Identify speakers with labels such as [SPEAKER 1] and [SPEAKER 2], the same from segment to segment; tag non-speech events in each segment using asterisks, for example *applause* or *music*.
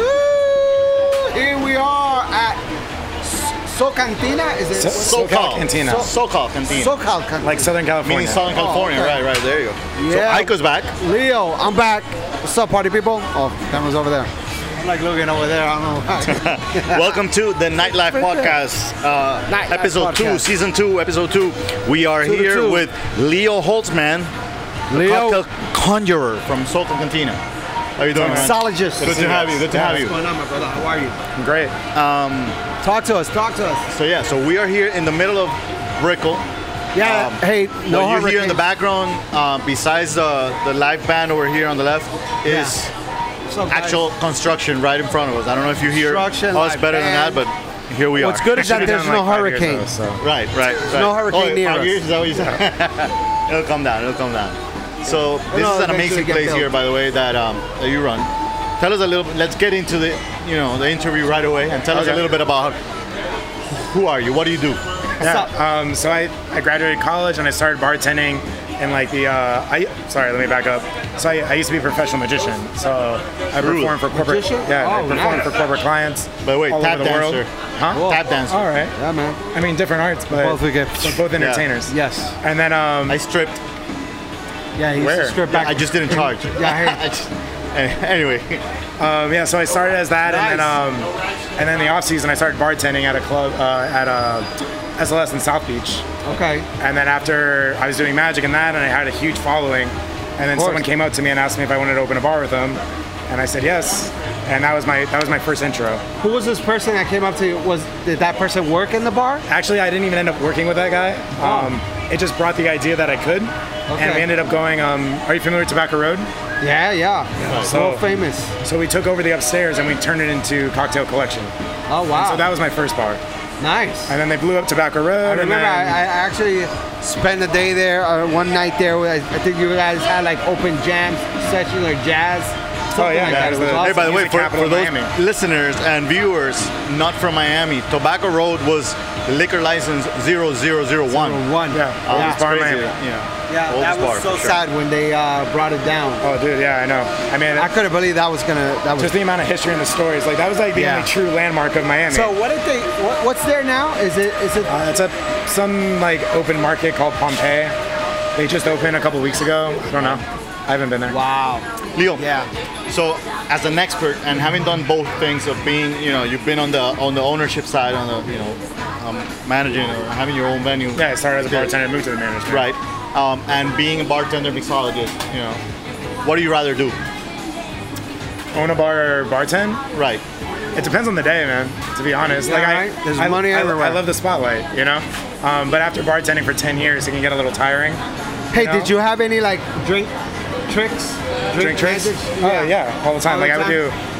[SPEAKER 1] Woohoo! Here we are at Socantina. Is it
[SPEAKER 2] So- SoCal.
[SPEAKER 3] SoCal Cantina.
[SPEAKER 1] So-
[SPEAKER 3] SoCal Cantina.
[SPEAKER 1] SoCal? Cantina.
[SPEAKER 3] like Southern California.
[SPEAKER 2] Meaning
[SPEAKER 1] Oh,
[SPEAKER 2] Southern California,
[SPEAKER 1] okay.
[SPEAKER 2] right, right, there you go.
[SPEAKER 1] Yeah.
[SPEAKER 2] So Aiko's back.
[SPEAKER 1] *laughs* Leo, I'm back. What's up, party people? Oh, camera's over there. I'm like looking over there. I don't
[SPEAKER 2] *laughs*
[SPEAKER 1] know.
[SPEAKER 2] Welcome to the Nightlife Podcast, uh,
[SPEAKER 1] Nightlife
[SPEAKER 2] episode two,
[SPEAKER 1] Podcast.
[SPEAKER 2] season two, episode two. We are
[SPEAKER 1] Two to
[SPEAKER 2] here
[SPEAKER 1] two.
[SPEAKER 2] with Leo Holtzman,
[SPEAKER 1] Leo,
[SPEAKER 2] cocktail conjurer from Socal Cantina. How you doing, man?
[SPEAKER 1] mixologist.
[SPEAKER 2] Good to have you. Good to have you.
[SPEAKER 1] What's going on, my brother? How are you?
[SPEAKER 2] Great. Um,
[SPEAKER 1] Talk to us. Talk to us.
[SPEAKER 2] so yeah, so we are here in the middle of Brickell.
[SPEAKER 1] Yeah.
[SPEAKER 2] Um,
[SPEAKER 1] hey, no
[SPEAKER 2] what you hear in
[SPEAKER 1] hurricanes.
[SPEAKER 2] the background, uh, besides the the live band over here on the left, is
[SPEAKER 1] What's up, guys?
[SPEAKER 2] actual construction right in front of us. I don't know if you hear us
[SPEAKER 1] Construction, live
[SPEAKER 2] better
[SPEAKER 1] band.
[SPEAKER 2] than that, but here we
[SPEAKER 1] What's
[SPEAKER 2] are.
[SPEAKER 1] good is that there's no hurricane.
[SPEAKER 3] So.
[SPEAKER 2] Right, right, right.
[SPEAKER 1] no hurricane
[SPEAKER 2] oh,
[SPEAKER 1] near
[SPEAKER 2] five
[SPEAKER 1] us.
[SPEAKER 2] years? Is that what you said? *laughs* it'll come down. It'll come down. So this
[SPEAKER 1] Oh, No,
[SPEAKER 2] is an
[SPEAKER 1] eventually
[SPEAKER 2] amazing
[SPEAKER 1] get
[SPEAKER 2] place
[SPEAKER 1] built.
[SPEAKER 2] here, by the way, that um, that you run. Tell us a little. Let's get into the you know the interview right away and tell us a
[SPEAKER 3] Okay.
[SPEAKER 2] little bit about who are you, what do you do.
[SPEAKER 3] Yeah. Um, so I, I graduated college and I started bartending in like the uh, I sorry let me back up. So I, I used to be a professional magician. So I
[SPEAKER 2] Really?
[SPEAKER 3] performed for corporate
[SPEAKER 1] Magician?
[SPEAKER 3] yeah I
[SPEAKER 1] Oh,
[SPEAKER 3] performed
[SPEAKER 1] nice.
[SPEAKER 3] for corporate clients.
[SPEAKER 2] By the way,
[SPEAKER 3] all
[SPEAKER 2] tap
[SPEAKER 3] over the world.
[SPEAKER 2] dancer.
[SPEAKER 3] Huh?
[SPEAKER 1] Cool.
[SPEAKER 2] Tap dancer.
[SPEAKER 3] All right.
[SPEAKER 1] Oh, Yeah, man.
[SPEAKER 3] I mean different arts, but
[SPEAKER 1] Both we get-
[SPEAKER 3] but both entertainers.
[SPEAKER 1] Yes.
[SPEAKER 3] And then um,
[SPEAKER 2] I stripped.
[SPEAKER 1] Yeah, he's
[SPEAKER 3] Where?
[SPEAKER 1] strip
[SPEAKER 2] Yeah,
[SPEAKER 1] back.
[SPEAKER 2] I just didn't
[SPEAKER 1] *laughs*
[SPEAKER 2] charge.
[SPEAKER 1] Yeah,
[SPEAKER 2] *laughs* I just- eh, anyway,
[SPEAKER 3] Um, yeah, so I started as that, and then
[SPEAKER 1] Nice.
[SPEAKER 3] um, and then the off season I started bartending at a club uh, at a SLS in South Beach,
[SPEAKER 1] okay.
[SPEAKER 3] and then after I was doing magic and that, and I had a huge following, and then
[SPEAKER 1] course.
[SPEAKER 3] someone came up to me and asked me if I wanted to open a bar with them, and I said yes, and that was my that was my first intro.
[SPEAKER 1] Who was this person that came up to you? Was did that person work in the bar?
[SPEAKER 3] Actually, I didn't even end up working with that guy. Um, it just brought the idea that I could, and
[SPEAKER 1] Oh. Okay.
[SPEAKER 3] we ended up going. Um, are you familiar with Tobacco Road?
[SPEAKER 1] Yeah, yeah.
[SPEAKER 3] So-
[SPEAKER 1] So famous.
[SPEAKER 3] So we took over the upstairs and we turned it into Cocktail Collection.
[SPEAKER 1] Oh wow.
[SPEAKER 3] So that was my first bar,
[SPEAKER 1] nice.
[SPEAKER 3] and then they blew up Tobacco Road.
[SPEAKER 1] I remember
[SPEAKER 3] and
[SPEAKER 1] I,
[SPEAKER 3] then,
[SPEAKER 1] I actually spent a day there, or one night there. Where I, I think you guys had like open jams, session or jazz, something
[SPEAKER 3] Oh, yeah,
[SPEAKER 1] like
[SPEAKER 3] that
[SPEAKER 1] that.
[SPEAKER 3] is
[SPEAKER 1] It was
[SPEAKER 3] the-
[SPEAKER 1] awesome.
[SPEAKER 2] hey, by the way,
[SPEAKER 3] Music
[SPEAKER 2] for,
[SPEAKER 3] capital of
[SPEAKER 2] for those
[SPEAKER 3] Miami.
[SPEAKER 2] listeners and viewers not from Miami, Tobacco Road was liquor license 0001.
[SPEAKER 1] one.
[SPEAKER 3] Yeah.
[SPEAKER 2] Uh,
[SPEAKER 3] Yeah.
[SPEAKER 2] it's
[SPEAKER 3] Bar
[SPEAKER 2] crazy,
[SPEAKER 3] Miami.
[SPEAKER 2] Yeah,
[SPEAKER 1] Ah, Yeah,
[SPEAKER 2] Oldest
[SPEAKER 1] that was
[SPEAKER 2] bar,
[SPEAKER 1] so
[SPEAKER 2] for sure.
[SPEAKER 1] sad when they uh, brought it down.
[SPEAKER 3] Oh, dude, yeah, I know. I mean,
[SPEAKER 1] I couldn't believe that was gonna. That was.
[SPEAKER 3] just the amount of history and the stories. Like that was like the
[SPEAKER 1] Yeah.
[SPEAKER 3] only true landmark of Miami.
[SPEAKER 1] so what did they? What, what's there now? Is it? Is it?
[SPEAKER 3] uh, it's a some like open market called Pompeii. They just opened a couple weeks ago. I don't know. I haven't been there.
[SPEAKER 1] wow.
[SPEAKER 2] Leo.
[SPEAKER 1] Yeah.
[SPEAKER 2] So, as an expert and having done both things of being, you know, you've been on the on the ownership side, on the you know, um, managing or having your own venue.
[SPEAKER 3] Yeah, I started as a bartender, moved to the management.
[SPEAKER 2] Right. Um, and being a bartender mixologist, you know, what do you rather do?
[SPEAKER 3] Own a bar or bartend?
[SPEAKER 2] Right.
[SPEAKER 3] It depends on the day, man. To be honest,
[SPEAKER 1] Yeah,
[SPEAKER 3] like
[SPEAKER 1] right?
[SPEAKER 3] I,
[SPEAKER 1] There's
[SPEAKER 3] I,
[SPEAKER 1] money
[SPEAKER 3] I,
[SPEAKER 1] everywhere.
[SPEAKER 3] I love the spotlight, you know. Um, but after bartending for 10 years, it can get a little tiring.
[SPEAKER 1] Hey,
[SPEAKER 3] No?
[SPEAKER 1] did you have any like drink tricks?
[SPEAKER 3] Drink tricks?
[SPEAKER 1] magic?
[SPEAKER 3] Oh yeah, all the time.
[SPEAKER 1] All
[SPEAKER 3] like
[SPEAKER 1] the
[SPEAKER 3] I would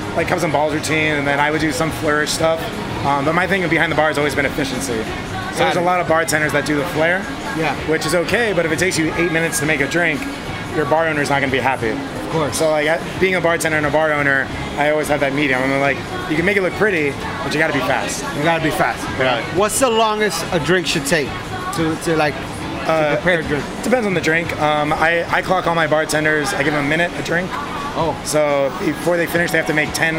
[SPEAKER 3] do like cups and balls routine, and then I would do some flourish stuff. Um, but my thing behind the bar has always been efficiency. So there's
[SPEAKER 1] it.
[SPEAKER 3] a lot of bartenders that do the flair,
[SPEAKER 1] Yeah.
[SPEAKER 3] which is okay. But if it takes you eight minutes to make a drink, your bar owner's not gonna be happy. Of
[SPEAKER 1] course.
[SPEAKER 3] So like I, being a bartender and a bar owner, I always have that medium. I'm like, you can make it look pretty, but you gotta be fast.
[SPEAKER 1] You gotta be fast.
[SPEAKER 2] Right.
[SPEAKER 1] What's the longest a drink should take to, to like to prepare a drink?
[SPEAKER 3] Depends on the drink. Um, I, I clock all my bartenders. I give them a minute a drink.
[SPEAKER 1] Oh,
[SPEAKER 3] So before they finish, they have to make 10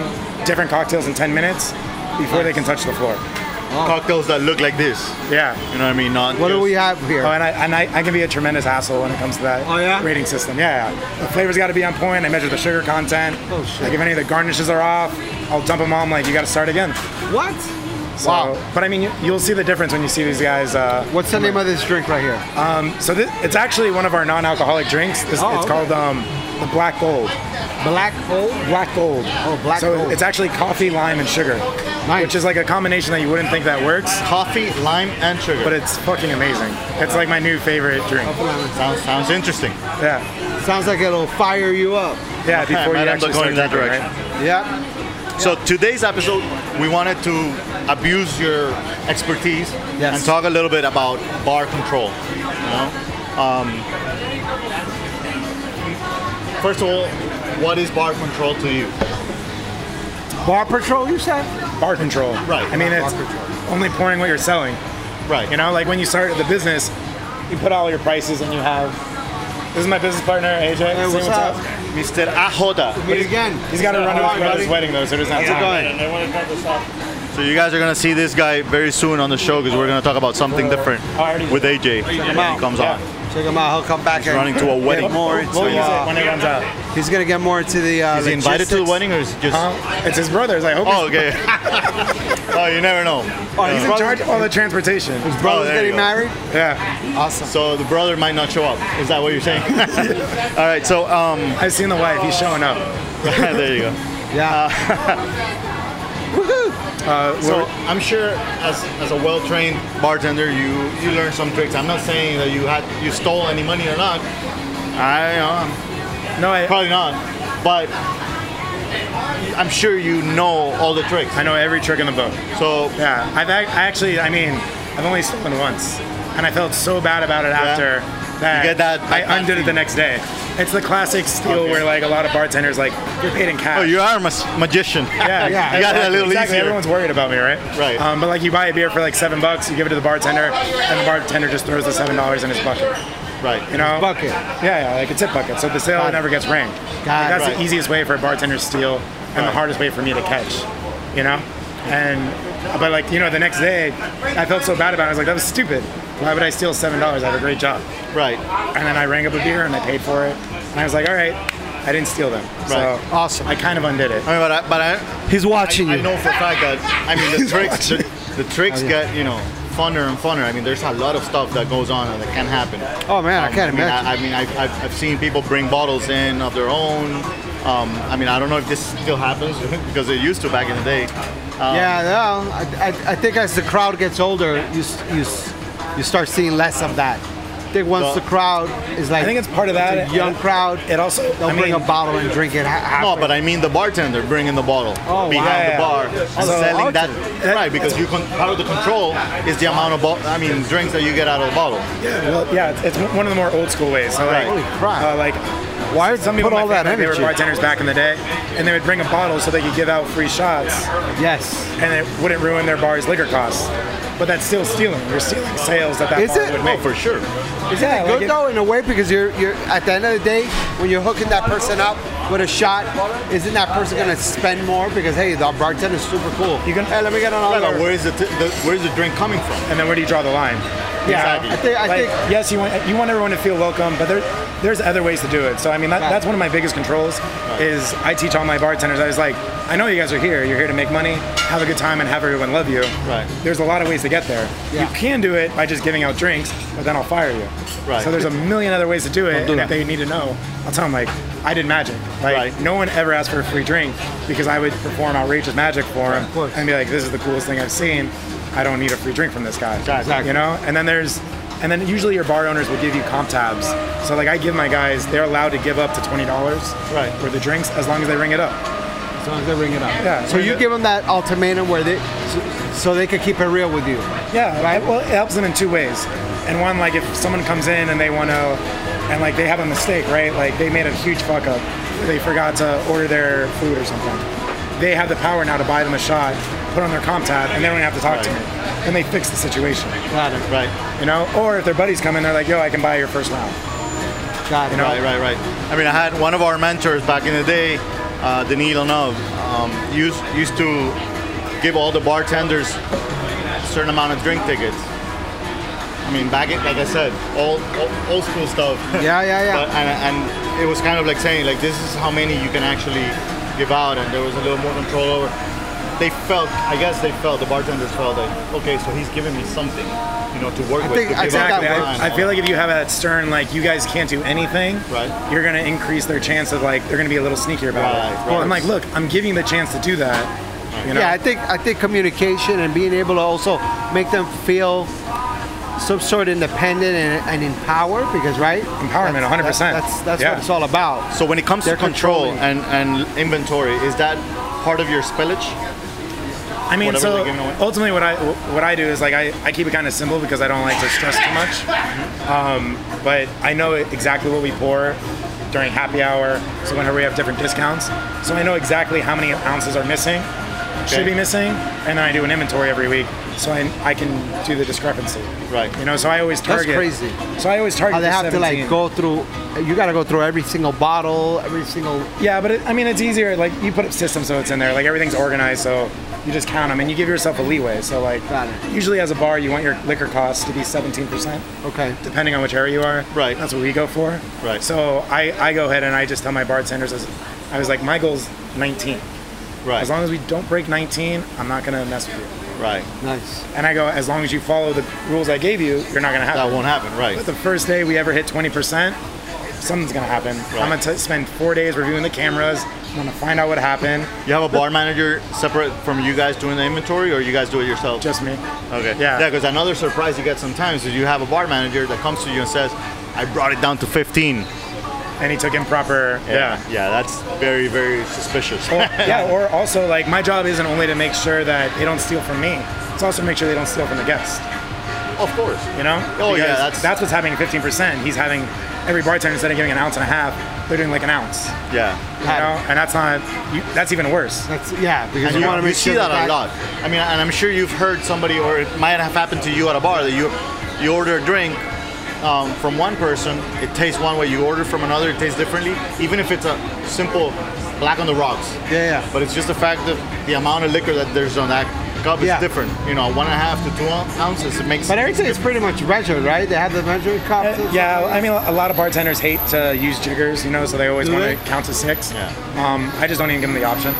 [SPEAKER 3] different cocktails in 10 minutes before they can touch the floor.
[SPEAKER 2] Cocktails that look like this.
[SPEAKER 3] Yeah.
[SPEAKER 2] You know what I mean? Not.
[SPEAKER 1] what do
[SPEAKER 2] just-
[SPEAKER 1] we have here?
[SPEAKER 3] Oh, and I, and I, I can be a tremendous hassle when it comes to that
[SPEAKER 1] Oh, yeah?
[SPEAKER 3] rating system. Yeah, yeah. The flavor's got to be on point. I measure the sugar content.
[SPEAKER 1] Oh, shit.
[SPEAKER 3] Like if any of the garnishes are off, I'll dump them all. I'm like, you got to start again.
[SPEAKER 1] what?
[SPEAKER 3] So, But I mean, you, you'll see the difference when you see these guys. Uh,
[SPEAKER 1] What's the name of this drink right here?
[SPEAKER 3] so thi- it's actually one of our non-alcoholic drinks. This,
[SPEAKER 1] Oh,
[SPEAKER 3] it's
[SPEAKER 1] okay.
[SPEAKER 3] called um, the Black Gold.
[SPEAKER 1] Black Gold.
[SPEAKER 3] Black Gold.
[SPEAKER 1] Oh, Black
[SPEAKER 3] so
[SPEAKER 1] Gold.
[SPEAKER 3] it's actually coffee, lime, and sugar,
[SPEAKER 1] Nice.
[SPEAKER 3] which is like a combination that you wouldn't think that works.
[SPEAKER 2] Coffee, lime, and sugar.
[SPEAKER 3] but it's fucking amazing. It's like my new favorite drink.
[SPEAKER 1] Oh,
[SPEAKER 2] sounds sounds interesting.
[SPEAKER 3] Yeah,
[SPEAKER 1] Sounds like it'll fire you up.
[SPEAKER 3] yeah.
[SPEAKER 2] Okay,
[SPEAKER 3] Before
[SPEAKER 2] man,
[SPEAKER 3] you
[SPEAKER 2] I'm
[SPEAKER 3] actually
[SPEAKER 2] going
[SPEAKER 3] start
[SPEAKER 2] in that
[SPEAKER 3] drinking,
[SPEAKER 2] direction.
[SPEAKER 3] right?
[SPEAKER 1] Yeah.
[SPEAKER 2] So today's episode, we wanted to abuse your expertise
[SPEAKER 1] Yes.
[SPEAKER 2] and talk a little bit about bar control. You know? um, first of all, what is bar control to you?
[SPEAKER 1] Bar Patrol, you said?
[SPEAKER 3] Bar control.
[SPEAKER 2] Right.
[SPEAKER 3] I mean,
[SPEAKER 1] Bar
[SPEAKER 3] it's
[SPEAKER 1] control.
[SPEAKER 3] only pouring what you're selling.
[SPEAKER 2] Right.
[SPEAKER 3] You know, like when you start the business, you put all your prices and you have. This is my business partner AJ. Say
[SPEAKER 1] what's up?
[SPEAKER 2] Mr. Ajota.
[SPEAKER 1] Meet again.
[SPEAKER 3] He's got to run
[SPEAKER 1] All right,
[SPEAKER 3] away about
[SPEAKER 1] buddy.
[SPEAKER 3] his wedding though, so there's not
[SPEAKER 2] How's it
[SPEAKER 3] time.
[SPEAKER 2] going?
[SPEAKER 4] And I want to cut this off.
[SPEAKER 2] So you guys are gonna see this guy very soon on the show because we're gonna talk about something different with AJ when
[SPEAKER 1] out.
[SPEAKER 2] he comes
[SPEAKER 1] Yeah.
[SPEAKER 2] on.
[SPEAKER 1] Check him out. He'll come back. and
[SPEAKER 2] running to a
[SPEAKER 1] get
[SPEAKER 2] wedding.
[SPEAKER 1] More
[SPEAKER 2] What
[SPEAKER 1] into,
[SPEAKER 2] was it?
[SPEAKER 1] uh,
[SPEAKER 3] When it runs out,
[SPEAKER 1] he's gonna get more into the. Uh,
[SPEAKER 2] Is he invited to the
[SPEAKER 1] logistics.
[SPEAKER 2] wedding or is it just?
[SPEAKER 3] huh? It's his brother's. I hope.
[SPEAKER 2] Oh, okay. *laughs* oh, you never know. Oh,
[SPEAKER 1] Oh, he's
[SPEAKER 3] he's, he's in charge of all the transportation.
[SPEAKER 1] His brother's
[SPEAKER 2] there you
[SPEAKER 1] getting
[SPEAKER 2] go.
[SPEAKER 1] married.
[SPEAKER 3] Yeah,
[SPEAKER 1] Awesome.
[SPEAKER 2] So the brother might not show up. Is that what you're *laughs* saying? All right. So um, *laughs*
[SPEAKER 3] I've seen the wife. He's showing up.
[SPEAKER 2] there you go.
[SPEAKER 1] Yeah.
[SPEAKER 3] Uh,
[SPEAKER 2] So
[SPEAKER 3] we're-
[SPEAKER 2] I'm sure, as, as a well-trained bartender, you you learn some tricks. I'm not saying that you had you stole any money or not. I uh,
[SPEAKER 3] no, I,
[SPEAKER 2] probably not, but I'm sure you know all the tricks.
[SPEAKER 3] I know every trick in the book.
[SPEAKER 2] So
[SPEAKER 3] Yeah, I've ac- I actually, I mean, I've only stolen once, and I felt so bad about it after that.
[SPEAKER 2] You get that-
[SPEAKER 3] I
[SPEAKER 2] that
[SPEAKER 3] undid it the next day. It's the classic steal
[SPEAKER 2] Okay.
[SPEAKER 3] where like a lot of bartenders like you're paid in cash.
[SPEAKER 2] oh, you are a mas- magician.
[SPEAKER 3] yeah, yeah,
[SPEAKER 2] *laughs* you got it a
[SPEAKER 3] exactly,
[SPEAKER 2] little
[SPEAKER 3] exactly.
[SPEAKER 2] easier.
[SPEAKER 3] Everyone's worried about me, right?
[SPEAKER 2] Right.
[SPEAKER 3] Um, but like, you buy a beer for like seven bucks, you give it to the bartender, and the bartender just throws the seven dollars in his bucket.
[SPEAKER 2] right.
[SPEAKER 3] You know,
[SPEAKER 1] bucket.
[SPEAKER 3] Yeah, yeah, like a tip bucket. So the sale
[SPEAKER 1] Got it.
[SPEAKER 3] never gets ranked.
[SPEAKER 1] Got it.
[SPEAKER 3] that's
[SPEAKER 2] Right.
[SPEAKER 3] the easiest way for a bartender to steal, and the
[SPEAKER 2] Right.
[SPEAKER 3] hardest way for me to catch. You know, and but like you know, the next day, I felt so bad about it. I was like, that was stupid. Why would I steal seven dollars? I have a great job.
[SPEAKER 2] Right.
[SPEAKER 3] And then I rang up a beer and I paid for it, and I was like, all right, I didn't steal them.
[SPEAKER 2] Right.
[SPEAKER 3] So
[SPEAKER 1] Awesome.
[SPEAKER 3] I kind of undid it.
[SPEAKER 2] I mean, but I, but I,
[SPEAKER 1] He's watching
[SPEAKER 2] I
[SPEAKER 1] you.
[SPEAKER 2] know for a fact that
[SPEAKER 1] *laughs*
[SPEAKER 2] I mean the tricks the, the
[SPEAKER 1] Oh,
[SPEAKER 2] tricks get you know funner and funner. I mean there's a lot of stuff that goes on and that can happen.
[SPEAKER 1] Oh, man, I can't
[SPEAKER 2] mean,
[SPEAKER 1] imagine.
[SPEAKER 2] I, I mean I've, I've, I've seen people bring bottles in of their own. Um, I mean I don't know if this still happens *laughs* because it used to back in the day. Um,
[SPEAKER 1] yeah, no, I, I, I think as the crowd gets older, you s- you s- you start seeing less of that. I think once
[SPEAKER 2] Well,
[SPEAKER 1] the crowd is like,
[SPEAKER 3] I think it's part of
[SPEAKER 1] a
[SPEAKER 3] that.
[SPEAKER 1] young crowd.
[SPEAKER 3] It also,
[SPEAKER 1] They'll
[SPEAKER 3] I
[SPEAKER 1] bring
[SPEAKER 3] mean,
[SPEAKER 1] a bottle and drink it. Ha-
[SPEAKER 2] No,
[SPEAKER 1] halfway.
[SPEAKER 2] but I mean the bartender bringing the bottle
[SPEAKER 1] Oh,
[SPEAKER 2] behind
[SPEAKER 1] wow.
[SPEAKER 2] the bar and
[SPEAKER 1] the
[SPEAKER 2] selling that,
[SPEAKER 3] that-
[SPEAKER 2] right because you con- part of the control is the amount of bo- I mean drinks that you get out of the bottle.
[SPEAKER 3] Well, yeah, it's, it's one of the more old school ways. So like,
[SPEAKER 2] Right.
[SPEAKER 1] Holy crap.
[SPEAKER 3] Uh, like,
[SPEAKER 1] Why
[SPEAKER 3] some people
[SPEAKER 1] put
[SPEAKER 3] my
[SPEAKER 1] all that
[SPEAKER 3] family, They
[SPEAKER 1] energy?
[SPEAKER 3] were bartenders back in the day, and they would bring a bottle so they could give out free shots,
[SPEAKER 1] yes.
[SPEAKER 3] and it wouldn't ruin their bar's liquor costs. But that's still stealing. You're stealing sales that that
[SPEAKER 1] Is
[SPEAKER 3] bar
[SPEAKER 1] it?
[SPEAKER 3] would
[SPEAKER 2] Oh,
[SPEAKER 3] make.
[SPEAKER 2] for sure.
[SPEAKER 1] Isn't
[SPEAKER 3] Yeah,
[SPEAKER 1] it
[SPEAKER 3] like
[SPEAKER 1] good
[SPEAKER 3] it-
[SPEAKER 1] though in a way because you're you're at the end of the day when you're hooking that person up with a shot, isn't that person gonna spend more because hey the bartender's super cool.
[SPEAKER 3] You can-
[SPEAKER 1] hey let me get
[SPEAKER 2] Right, but
[SPEAKER 1] another.
[SPEAKER 2] where is the, t- the where is the drink coming from?
[SPEAKER 3] And then where do you draw the line?
[SPEAKER 2] Exactly.
[SPEAKER 1] I think I
[SPEAKER 3] Like,
[SPEAKER 1] think
[SPEAKER 3] yes, you want you want everyone to feel welcome, but there, there's other ways to do it. So I mean, that,
[SPEAKER 1] Right.
[SPEAKER 3] that's one of my biggest controls. Is I teach all my bartenders. I was like, I know you guys are here. You're here to make money, have a good time, and have everyone love you.
[SPEAKER 2] Right.
[SPEAKER 3] There's a lot of ways to get there.
[SPEAKER 1] Yeah.
[SPEAKER 3] You can do it by just giving out drinks, but then I'll fire you.
[SPEAKER 2] Right.
[SPEAKER 3] So there's a million other ways to do it.
[SPEAKER 1] do
[SPEAKER 3] and
[SPEAKER 1] that.
[SPEAKER 3] if they need to know, I'll tell them like, I did magic. Like
[SPEAKER 2] Right.
[SPEAKER 3] no one ever asked for a free drink because I would perform outrageous magic
[SPEAKER 1] of
[SPEAKER 3] for them
[SPEAKER 1] course.
[SPEAKER 3] and be like, this is the coolest thing I've seen. I don't need a free drink from this guy.
[SPEAKER 1] Exactly.
[SPEAKER 3] You know, and then there's, and then usually your bar owners will give you comp tabs. So like I give my guys, they're allowed to give up to twenty dollars
[SPEAKER 2] Right.
[SPEAKER 3] for the drinks as long as they ring it up.
[SPEAKER 1] as long as they ring it up.
[SPEAKER 3] Yeah.
[SPEAKER 1] So you give them that ultimatum where they so, so they could keep it real with you.
[SPEAKER 3] Yeah, right. Well, it helps them in two ways. And one, like if someone comes in and they want to, and like they have a mistake, right? Like they made a huge fuck up. They forgot to order their food or something. They have the power now to buy them a shot, put on their comp tab, and they don't even have to talk to me. And they fix the situation,
[SPEAKER 1] Got it.
[SPEAKER 2] Right.
[SPEAKER 3] you know? Or if their buddies come in, they're like, yo, I can buy your first round.
[SPEAKER 1] Got it.
[SPEAKER 3] You know,
[SPEAKER 2] Right, right, right. I mean, I had one of our mentors back in the day, uh, Danilo Nov, um, used, used to give all the bartenders a certain amount of drink tickets. I mean, back in, like I said, all, all old
[SPEAKER 3] *laughs*
[SPEAKER 2] school stuff.
[SPEAKER 1] Yeah, yeah, yeah.
[SPEAKER 2] But, and, and it was kind of like saying, like, this is how many you can actually give out, and there was a little more control over. They felt, I guess they felt, the bartenders felt like, okay, so he's giving me something, you know, to work
[SPEAKER 1] I
[SPEAKER 2] with.
[SPEAKER 1] think-
[SPEAKER 2] to
[SPEAKER 1] I
[SPEAKER 2] give
[SPEAKER 1] think that
[SPEAKER 2] out
[SPEAKER 3] Exactly.
[SPEAKER 2] to
[SPEAKER 1] works.
[SPEAKER 2] Brian.
[SPEAKER 3] I, I feel like if you have that stern, like you guys can't do anything,
[SPEAKER 2] Right.
[SPEAKER 3] You're gonna increase their chance of like they're gonna be a little sneakier about
[SPEAKER 2] Right,
[SPEAKER 3] it.
[SPEAKER 2] right.
[SPEAKER 3] I'm like, look, I'm giving you the chance to do that. You know?
[SPEAKER 1] Yeah, I think I think communication and being able to also make them feel some sort of independent and, and empowered because right
[SPEAKER 3] Empowerment, 100%.
[SPEAKER 1] That's that's, that's
[SPEAKER 3] Yeah.
[SPEAKER 1] what it's all about.
[SPEAKER 2] So when it comes
[SPEAKER 1] They're
[SPEAKER 2] to control and,
[SPEAKER 1] controlling.
[SPEAKER 2] and inventory, is that part of your spillage?
[SPEAKER 3] I mean,
[SPEAKER 2] Whatever
[SPEAKER 3] so
[SPEAKER 2] they're giving away.
[SPEAKER 3] ultimately, what I what I do is like I, I keep it kind of simple because I don't like to stress too much. Um,
[SPEAKER 2] Mm-hmm.
[SPEAKER 3] but I know exactly what we pour during happy hour. So whenever we have different discounts, so I know exactly how many ounces are missing,
[SPEAKER 2] Okay.
[SPEAKER 3] should be missing, and then I do an inventory every week, so I, I can do the discrepancy.
[SPEAKER 2] Right.
[SPEAKER 3] You know, so I always target.
[SPEAKER 1] crazy.
[SPEAKER 3] So I always target.
[SPEAKER 1] How they
[SPEAKER 3] the
[SPEAKER 1] have to like
[SPEAKER 3] 17.
[SPEAKER 1] go through. You gotta go through every single bottle, every single.
[SPEAKER 3] Yeah, but it, I mean, it's easier. Like you put up systems, so it's in there. Like everything's organized, so you just count them, and you give yourself a leeway. So like,
[SPEAKER 1] Got it.
[SPEAKER 3] usually as a bar, you want your liquor costs to be 17%,
[SPEAKER 1] Okay.
[SPEAKER 3] depending on which area you are.
[SPEAKER 2] Right.
[SPEAKER 3] That's what we go for.
[SPEAKER 2] Right.
[SPEAKER 3] So I, I go ahead and I just tell my bartenders, as- I was like, my goal's 19.
[SPEAKER 2] Right.
[SPEAKER 3] As long as we don't break 19, I'm not gonna mess with you.
[SPEAKER 2] right.
[SPEAKER 1] Nice.
[SPEAKER 3] And I go, as long as you follow the rules I gave you, you're not gonna have.
[SPEAKER 2] That won't happen.
[SPEAKER 3] But
[SPEAKER 2] Right.
[SPEAKER 3] the first day we ever hit 20%, something's gonna happen. I'm gonna t- spend four days reviewing the cameras. I'm gonna find out what happened.
[SPEAKER 2] You have a bar manager separate from you guys doing the inventory, or you guys do it yourself?
[SPEAKER 3] Just me.
[SPEAKER 2] Okay.
[SPEAKER 3] Yeah.
[SPEAKER 2] Yeah, because another surprise you get sometimes is you have a bar manager that comes to you and says, I brought it down to 15.
[SPEAKER 3] And he took improper.
[SPEAKER 2] Yeah. Yeah, that's very, very suspicious.
[SPEAKER 3] Or, yeah. Or also, like, my job isn't only to make sure that they don't steal from me. It's also make sure they don't steal from the guest.
[SPEAKER 2] of course.
[SPEAKER 3] You know?
[SPEAKER 2] Oh, yeah,
[SPEAKER 3] Because
[SPEAKER 2] that's-
[SPEAKER 3] that's what's happening. 15%. He's having every bartender instead of giving an ounce and a half, they're doing like an ounce.
[SPEAKER 2] *laughs* Yeah.
[SPEAKER 3] You know? And that's not. You, that's even worse.
[SPEAKER 1] That's yeah. Because
[SPEAKER 2] And
[SPEAKER 1] you,
[SPEAKER 2] you,
[SPEAKER 1] want to
[SPEAKER 2] you
[SPEAKER 1] make
[SPEAKER 2] see
[SPEAKER 1] sure
[SPEAKER 2] that, a lot. I mean, and I'm sure you've heard somebody, or it might have happened to you at a bar that you you order a drink um, from one person, it tastes one way. You order from another, it tastes differently. Even if it's a simple black on the rocks,
[SPEAKER 1] Yeah, yeah.
[SPEAKER 2] but it's just the fact that the amount of liquor that there's on that cup
[SPEAKER 1] Yeah.
[SPEAKER 2] is different. You know, one and a half to two ounces. It makes.
[SPEAKER 1] But everything is pretty much measured, right? They have the measuring cups. and
[SPEAKER 3] Yeah,
[SPEAKER 1] stuff.
[SPEAKER 3] I mean, a lot of bartenders hate to use jiggers, you know, so they always
[SPEAKER 1] Do
[SPEAKER 3] want
[SPEAKER 1] they?
[SPEAKER 3] to count to six.
[SPEAKER 2] Yeah.
[SPEAKER 3] Um, I just don't even give them the option.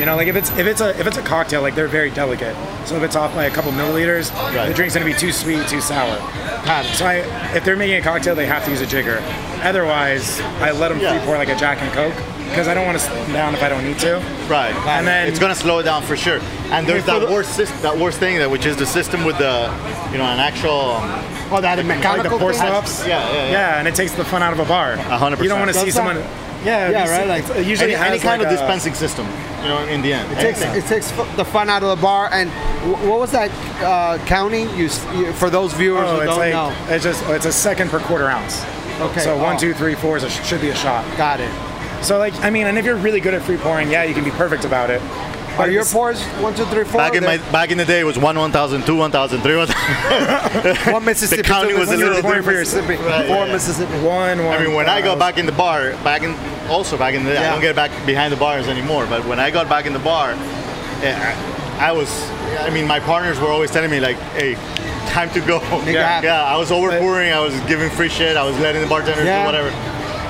[SPEAKER 3] You know, like if it's if it's a if it's a cocktail, like they're very delicate. So if it's off by a couple milliliters,
[SPEAKER 2] Right.
[SPEAKER 3] the drink's gonna be too sweet, too sour.
[SPEAKER 1] Got it.
[SPEAKER 3] So I, if they're making a cocktail, they have to use a jigger. Otherwise, I let them
[SPEAKER 2] Yeah.
[SPEAKER 3] free pour like a Jack and Coke because I don't want to slow 'em down if I don't need to.
[SPEAKER 2] Right.
[SPEAKER 3] And then-
[SPEAKER 2] it's gonna slow it down for sure. And there's
[SPEAKER 3] for
[SPEAKER 2] that
[SPEAKER 3] the-
[SPEAKER 2] worst system, that worst thing that which is the system with the, you know, an actual. Um,
[SPEAKER 1] Oh, that
[SPEAKER 3] Like the
[SPEAKER 1] mechanical
[SPEAKER 3] pour
[SPEAKER 1] thing?
[SPEAKER 3] stops.
[SPEAKER 2] Yeah, yeah, yeah.
[SPEAKER 3] and it takes the fun out of a bar.
[SPEAKER 2] hundred
[SPEAKER 3] You don't want to
[SPEAKER 2] percent.
[SPEAKER 3] see
[SPEAKER 1] That's not-
[SPEAKER 3] someone. Yeah,
[SPEAKER 1] Yeah,
[SPEAKER 3] you
[SPEAKER 1] right,
[SPEAKER 3] see-
[SPEAKER 1] like,
[SPEAKER 3] it usually
[SPEAKER 2] any,
[SPEAKER 3] has
[SPEAKER 2] any kind
[SPEAKER 3] like
[SPEAKER 2] of
[SPEAKER 3] a-
[SPEAKER 2] dispensing system, you know, in the end.
[SPEAKER 1] It takes,
[SPEAKER 2] Anything.
[SPEAKER 1] it takes fu- the fun out of the bar. And wh- what was that uh, counting? You, s- you for those viewers
[SPEAKER 3] Oh,
[SPEAKER 1] who
[SPEAKER 3] it's
[SPEAKER 1] don't
[SPEAKER 3] like
[SPEAKER 1] know.
[SPEAKER 3] it's just it's a second per quarter ounce.
[SPEAKER 1] Okay.
[SPEAKER 3] So one,
[SPEAKER 1] Oh.
[SPEAKER 3] two, three, four is a, should be a shot.
[SPEAKER 1] Got it.
[SPEAKER 3] So like I mean, and if you're really good at free pouring, yeah, you can be perfect about it.
[SPEAKER 1] Are
[SPEAKER 3] But
[SPEAKER 1] your
[SPEAKER 3] it's-
[SPEAKER 1] pours one, two, three, four?
[SPEAKER 2] Back in my
[SPEAKER 1] They're-
[SPEAKER 2] back in the day, it was one one thousand, two one thousand, three one thousand.
[SPEAKER 1] *laughs*
[SPEAKER 2] *laughs*
[SPEAKER 1] one Mississippi.
[SPEAKER 2] counting
[SPEAKER 1] two
[SPEAKER 2] was a
[SPEAKER 1] Mississippi,
[SPEAKER 2] little
[SPEAKER 1] three
[SPEAKER 3] different.
[SPEAKER 1] Mississippi,
[SPEAKER 2] Right,
[SPEAKER 1] four
[SPEAKER 2] yeah, yeah.
[SPEAKER 1] Mississippi.
[SPEAKER 3] one, one?
[SPEAKER 2] *laughs* I mean, when I
[SPEAKER 3] uh,
[SPEAKER 2] go back in the bar, back in also back in the day,
[SPEAKER 1] Yeah.
[SPEAKER 2] I don't get back behind the bars anymore. But when I got back in the bar, eh, I, I was. I mean, my partners were always telling me like, "Hey, time to go."
[SPEAKER 1] it
[SPEAKER 2] Yeah,
[SPEAKER 1] happen.
[SPEAKER 2] yeah. I was over pouring. I was giving free shit. I was letting the bartenders
[SPEAKER 1] Yeah.
[SPEAKER 2] do whatever.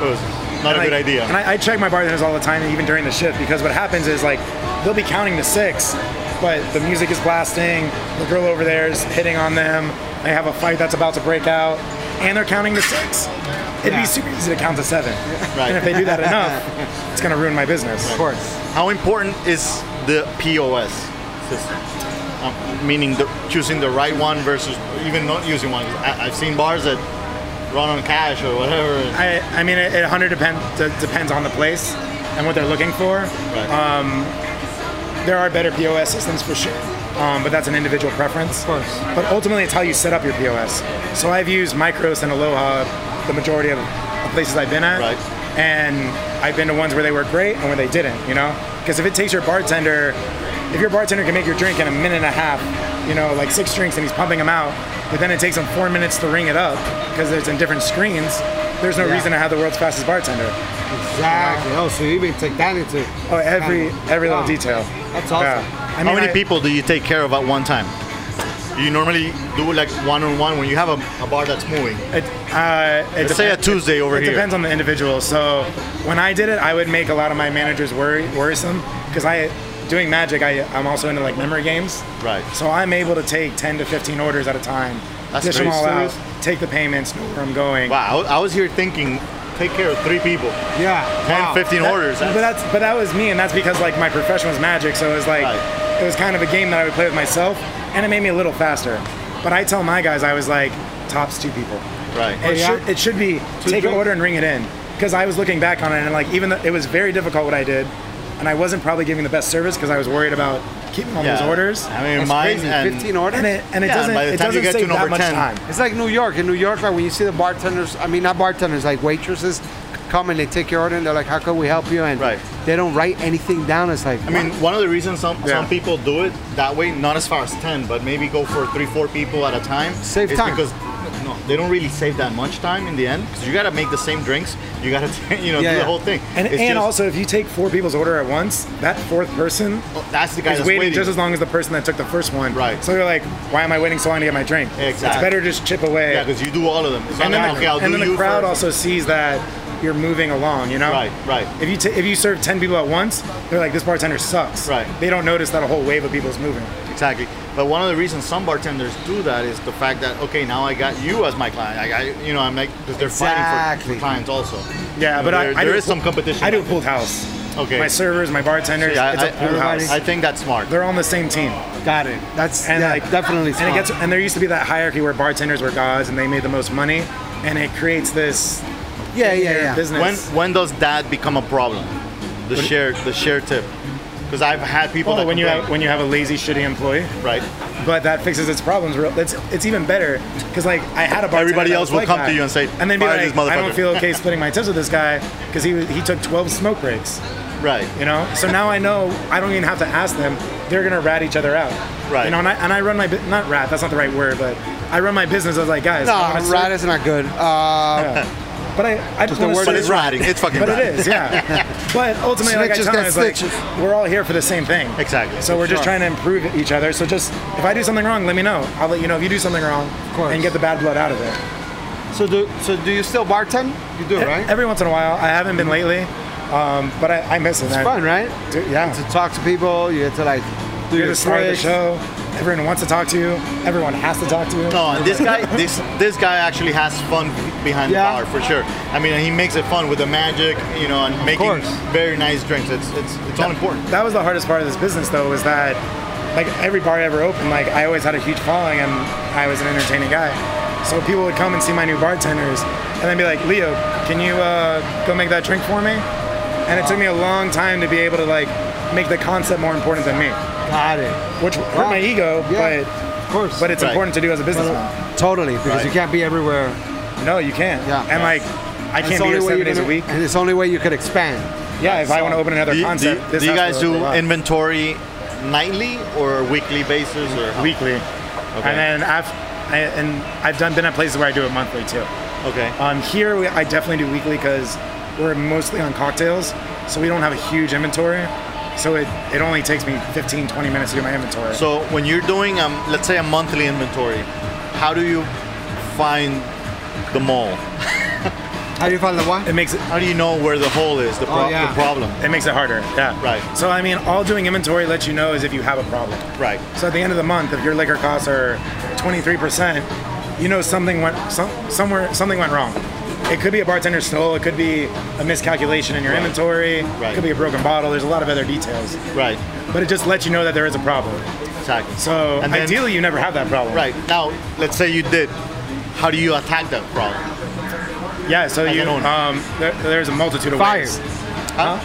[SPEAKER 2] It was not a
[SPEAKER 3] and
[SPEAKER 2] good
[SPEAKER 3] I-
[SPEAKER 2] idea.
[SPEAKER 3] And I, I check my bartenders all the time, even during the shift, because what happens is like they'll be counting to six, but the music is blasting, the girl over there is hitting on them, they have a fight that's about to break out, and they're counting to six. It'd
[SPEAKER 1] Yeah.
[SPEAKER 3] be super easy to count to seven.
[SPEAKER 2] Right.
[SPEAKER 3] And if they do
[SPEAKER 2] *laughs*
[SPEAKER 3] that enough, it's gonna ruin my business.
[SPEAKER 1] Of course.
[SPEAKER 2] How important is the POS system? Um, meaning the, choosing the right one versus even not using one. I, I've seen bars that run on cash or whatever.
[SPEAKER 3] I, I mean, it, it 100 depend, d- depends on the place and what they're looking for.
[SPEAKER 2] Right.
[SPEAKER 3] There are better POS systems for sure, um, but that's an individual preference. Of
[SPEAKER 1] course.
[SPEAKER 3] But ultimately, it's how you set up your POS. So I've used Micros and Aloha the majority of the places I've been at.
[SPEAKER 2] Right.
[SPEAKER 3] And I've been to ones where they were great and where they didn't, you know? Because if it takes your bartender, if your bartender can make your drink in a minute and a half, you know, like six drinks and he's pumping them out, but then it takes him four minutes to ring it up because it's in different screens, there's no
[SPEAKER 1] Yeah.
[SPEAKER 3] reason to have the world's fastest bartender.
[SPEAKER 1] Exactly. Oh, so you even take that into.
[SPEAKER 3] Oh, every every little
[SPEAKER 1] Wow.
[SPEAKER 3] detail.
[SPEAKER 1] That's awesome.
[SPEAKER 3] I
[SPEAKER 2] How many
[SPEAKER 3] I-
[SPEAKER 2] people do you take care of at one time? You normally do like one on one when you have a, a bar that's moving.
[SPEAKER 3] It, uh, it
[SPEAKER 2] Let's say a Tuesday over
[SPEAKER 3] it
[SPEAKER 2] here.
[SPEAKER 3] depends on the individual. So when I did it, I would make a lot of my managers worry, worrisome because I, doing magic, I, I'm also into like memory games.
[SPEAKER 2] Right.
[SPEAKER 3] So I'm able to take 10 to 15 orders at a time,
[SPEAKER 2] That's
[SPEAKER 3] dish them
[SPEAKER 2] very
[SPEAKER 3] all out,
[SPEAKER 2] serious.
[SPEAKER 3] take the payments, know where I'm going.
[SPEAKER 2] Wow, I, was- I was here thinking, take care of three people, 10,
[SPEAKER 1] Yeah. wow.
[SPEAKER 2] 15
[SPEAKER 3] That-
[SPEAKER 2] orders.
[SPEAKER 3] But that's but that was me, and that's because like my profession was magic, so it was like
[SPEAKER 2] Right.
[SPEAKER 3] it was kind of a game that I would play with myself, and it made me a little faster. But I tell my guys, I was like tops two people.
[SPEAKER 2] right.
[SPEAKER 3] It,
[SPEAKER 1] yeah?
[SPEAKER 3] should, it should be take an
[SPEAKER 1] drinks?
[SPEAKER 3] order and ring it in. Because I was looking back on it and like even though it was very difficult what I did, and I wasn't probably giving the best service because I was worried about keeping all those
[SPEAKER 2] Yeah.
[SPEAKER 3] orders.
[SPEAKER 2] I mean,
[SPEAKER 1] That's
[SPEAKER 2] mine
[SPEAKER 1] crazy.
[SPEAKER 2] and
[SPEAKER 1] 15 orders.
[SPEAKER 3] And it and it
[SPEAKER 2] Yeah, and
[SPEAKER 3] doesn't
[SPEAKER 2] by the
[SPEAKER 3] it
[SPEAKER 2] time you
[SPEAKER 3] doesn't
[SPEAKER 2] get to
[SPEAKER 3] save that
[SPEAKER 2] number
[SPEAKER 3] much
[SPEAKER 2] 10.
[SPEAKER 3] time.
[SPEAKER 1] It's like New York. In New York, like when you see the bartenders, I mean, not bartenders, like waitresses come and they take your order and they're like, how can we help you? And
[SPEAKER 2] Right.
[SPEAKER 1] they don't write anything down. It's like,
[SPEAKER 2] I mean, one of the reasons some,
[SPEAKER 1] Yeah.
[SPEAKER 2] some people do it that way, not as far as 10, but maybe go for three, four people at a time.
[SPEAKER 1] Save
[SPEAKER 2] is
[SPEAKER 1] time.
[SPEAKER 2] Because no, they don't really save that much time in the end because you got to make the same drinks. You got to, *laughs* you know,
[SPEAKER 1] Yeah,
[SPEAKER 2] do
[SPEAKER 1] yeah.
[SPEAKER 2] the whole thing.
[SPEAKER 3] And,
[SPEAKER 2] It's
[SPEAKER 3] and
[SPEAKER 2] just-
[SPEAKER 3] also, if you take four people's order at once, that fourth person
[SPEAKER 2] oh, that's the guy
[SPEAKER 3] is
[SPEAKER 2] that's
[SPEAKER 3] waiting
[SPEAKER 2] waiting.
[SPEAKER 3] just as long as the person that took the first one.
[SPEAKER 2] Right.
[SPEAKER 3] So you're like, why am I waiting so long to get my drink? It's
[SPEAKER 2] Exactly.
[SPEAKER 3] better just chip away.
[SPEAKER 2] yeah, because you do all of them. It's
[SPEAKER 3] and
[SPEAKER 2] not
[SPEAKER 3] then,
[SPEAKER 2] like, okay, I'll
[SPEAKER 3] and
[SPEAKER 2] do
[SPEAKER 3] then the
[SPEAKER 2] you
[SPEAKER 3] crowd
[SPEAKER 2] first.
[SPEAKER 3] also sees that you're moving along. You know.
[SPEAKER 2] Right, right.
[SPEAKER 3] If you t- if you serve ten people at once, they're like, this bartender sucks.
[SPEAKER 2] Right.
[SPEAKER 3] They don't notice that a whole wave of people is moving.
[SPEAKER 2] Exactly. But one of the reasons some bartenders do that is the fact that okay, now I got you as my client. I got you know I'm like because they're fighting for- for,
[SPEAKER 1] Exactly.
[SPEAKER 2] clients also.
[SPEAKER 3] Yeah,
[SPEAKER 2] You know,
[SPEAKER 3] but I-
[SPEAKER 2] there-
[SPEAKER 3] I
[SPEAKER 2] there
[SPEAKER 3] do
[SPEAKER 2] is some competition.
[SPEAKER 3] I do a pooled house.
[SPEAKER 2] Okay.
[SPEAKER 3] My servers, my bartenders,
[SPEAKER 2] Yeah,
[SPEAKER 3] it's a
[SPEAKER 2] I,
[SPEAKER 3] pooled
[SPEAKER 2] I-
[SPEAKER 3] house.
[SPEAKER 2] I think that's smart.
[SPEAKER 3] they're all on the same team.
[SPEAKER 1] got it. That's
[SPEAKER 3] And
[SPEAKER 1] yeah,
[SPEAKER 3] like
[SPEAKER 1] definitely
[SPEAKER 3] And it
[SPEAKER 1] smart.
[SPEAKER 3] gets and there used to be that hierarchy where bartenders were gods and they made the most money, and it creates this
[SPEAKER 1] yeah, yeah,
[SPEAKER 3] inner
[SPEAKER 1] yeah.
[SPEAKER 3] business.
[SPEAKER 2] When when does that become a problem? The share the share tip, because I've had people
[SPEAKER 3] Oh,
[SPEAKER 2] that
[SPEAKER 3] when you
[SPEAKER 2] complain,
[SPEAKER 3] have when you have a lazy, shitty employee,
[SPEAKER 2] right.
[SPEAKER 3] but that fixes its problems. real- It's it's even better because like I had a bartender
[SPEAKER 2] Everybody
[SPEAKER 3] that
[SPEAKER 2] else
[SPEAKER 3] was
[SPEAKER 2] will
[SPEAKER 3] like
[SPEAKER 2] come
[SPEAKER 3] that.
[SPEAKER 2] to you and say,
[SPEAKER 3] and then be
[SPEAKER 2] "Fire
[SPEAKER 3] like,
[SPEAKER 2] this
[SPEAKER 3] I don't
[SPEAKER 2] motherfucker."
[SPEAKER 3] feel okay splitting my tips with this guy because he was- he took 12 smoke breaks,
[SPEAKER 2] Right.
[SPEAKER 3] you know. So now I know I don't even have to ask them; they're gonna rat each other out,
[SPEAKER 2] Right.
[SPEAKER 3] You know, and I, and I run my bu- not rat that's not the right word, but I run my business as like guys. I wanna
[SPEAKER 1] no,
[SPEAKER 3] serve-
[SPEAKER 1] rat is not good. Uh,
[SPEAKER 3] But I I just want
[SPEAKER 1] word
[SPEAKER 2] But
[SPEAKER 1] is
[SPEAKER 3] to
[SPEAKER 2] it's ratting. It's fucking
[SPEAKER 3] But
[SPEAKER 2] ratting.
[SPEAKER 3] it
[SPEAKER 1] *laughs*
[SPEAKER 3] is, yeah. but ultimately, like I
[SPEAKER 1] Snitches
[SPEAKER 3] tell
[SPEAKER 1] get
[SPEAKER 3] them, it's like,
[SPEAKER 1] stitches.
[SPEAKER 3] we're all here for the same thing.
[SPEAKER 2] Exactly.
[SPEAKER 3] So we're just
[SPEAKER 1] Sure.
[SPEAKER 3] trying to improve each other. So just if I do something wrong, let me know. I'll let you know if you do something wrong,
[SPEAKER 1] course.
[SPEAKER 3] and get the bad blood out of it.
[SPEAKER 1] so do so do you still bartend? You do, right? Mm-hmm.
[SPEAKER 3] Every once in a while, I haven't been lately, um, but I, I miss it.
[SPEAKER 1] it's fun, right?
[SPEAKER 3] yeah.
[SPEAKER 1] To talk to people, you get to like do
[SPEAKER 3] You're
[SPEAKER 1] your
[SPEAKER 3] the star of the
[SPEAKER 1] tricks.
[SPEAKER 3] show. Everyone wants to talk to you. Everyone has to talk to you.
[SPEAKER 2] No, and this
[SPEAKER 3] *laughs*
[SPEAKER 2] guy, this this guy actually has fun behind
[SPEAKER 1] Yeah.
[SPEAKER 2] the bar for sure. I mean, he makes it fun with the magic, you know, and making
[SPEAKER 1] course.
[SPEAKER 2] very nice drinks. It's it's it's all important.
[SPEAKER 3] That was the hardest part of this business, though, was that like every bar I ever opened, like I always had a huge following, and I was an entertaining guy. So people would come and see my new bartenders, and then be like, "Leo, can you uh, go make that drink for me?" And it took me a long time to be able to like make the concept more important than me,
[SPEAKER 1] Got it.
[SPEAKER 3] which hurt my ego,
[SPEAKER 1] Yeah.
[SPEAKER 3] but
[SPEAKER 1] Of course.
[SPEAKER 3] but it's
[SPEAKER 2] Right.
[SPEAKER 3] important to do as a businessman.
[SPEAKER 1] But- totally because
[SPEAKER 2] Right.
[SPEAKER 1] you can't be everywhere.
[SPEAKER 3] No, you can't.
[SPEAKER 1] Yeah.
[SPEAKER 3] And like, I
[SPEAKER 1] It's
[SPEAKER 3] can't
[SPEAKER 1] the
[SPEAKER 3] be
[SPEAKER 1] only
[SPEAKER 3] here
[SPEAKER 1] way
[SPEAKER 3] seven
[SPEAKER 1] you're
[SPEAKER 3] days a
[SPEAKER 1] gonna- *laughs*
[SPEAKER 3] week.
[SPEAKER 1] And it's the only way you could expand.
[SPEAKER 3] Yeah, if I want to open another
[SPEAKER 2] Do you, do you-
[SPEAKER 3] concept, this
[SPEAKER 2] do you
[SPEAKER 3] has
[SPEAKER 2] guys
[SPEAKER 3] to
[SPEAKER 2] do
[SPEAKER 3] go up.
[SPEAKER 2] inventory nightly or weekly basis or how-
[SPEAKER 3] weekly,
[SPEAKER 2] Okay.
[SPEAKER 3] and then I've I, and I've done been at places where I do it monthly too.
[SPEAKER 2] Okay.
[SPEAKER 3] Um, here we, I definitely do weekly because we're mostly on cocktails, so we don't have a huge inventory. So it, it only takes me 15, 20 minutes to do my inventory.
[SPEAKER 2] So when you're doing, um, let's say, a monthly inventory, how do you find the mole?
[SPEAKER 1] How do you find the one?
[SPEAKER 3] it makes it
[SPEAKER 2] How do you know where the hole is, the, pro-
[SPEAKER 1] Oh, yeah.
[SPEAKER 2] the problem?
[SPEAKER 3] it makes it harder. Yeah.
[SPEAKER 2] Right.
[SPEAKER 3] So I mean, all doing inventory lets you know is if you have a problem.
[SPEAKER 2] Right.
[SPEAKER 3] So at the end of the month, if your liquor costs are 23%, you know something went some, somewhere something went wrong. It could be a bartender stole. It could be a miscalculation in your
[SPEAKER 2] Right.
[SPEAKER 3] inventory.
[SPEAKER 2] Right.
[SPEAKER 3] It could be a broken bottle. There's a lot of other details,
[SPEAKER 2] Right.
[SPEAKER 3] but it just lets you know that there is a problem.
[SPEAKER 2] Exactly.
[SPEAKER 3] So
[SPEAKER 2] And then-
[SPEAKER 3] ideally, you never have that problem.
[SPEAKER 2] right now, let's say you did. How do you attack that problem?
[SPEAKER 3] Yeah. So
[SPEAKER 2] As
[SPEAKER 3] you
[SPEAKER 2] an owner.
[SPEAKER 3] um, there, there's a multitude of
[SPEAKER 1] Fire.
[SPEAKER 3] ways.
[SPEAKER 2] Well,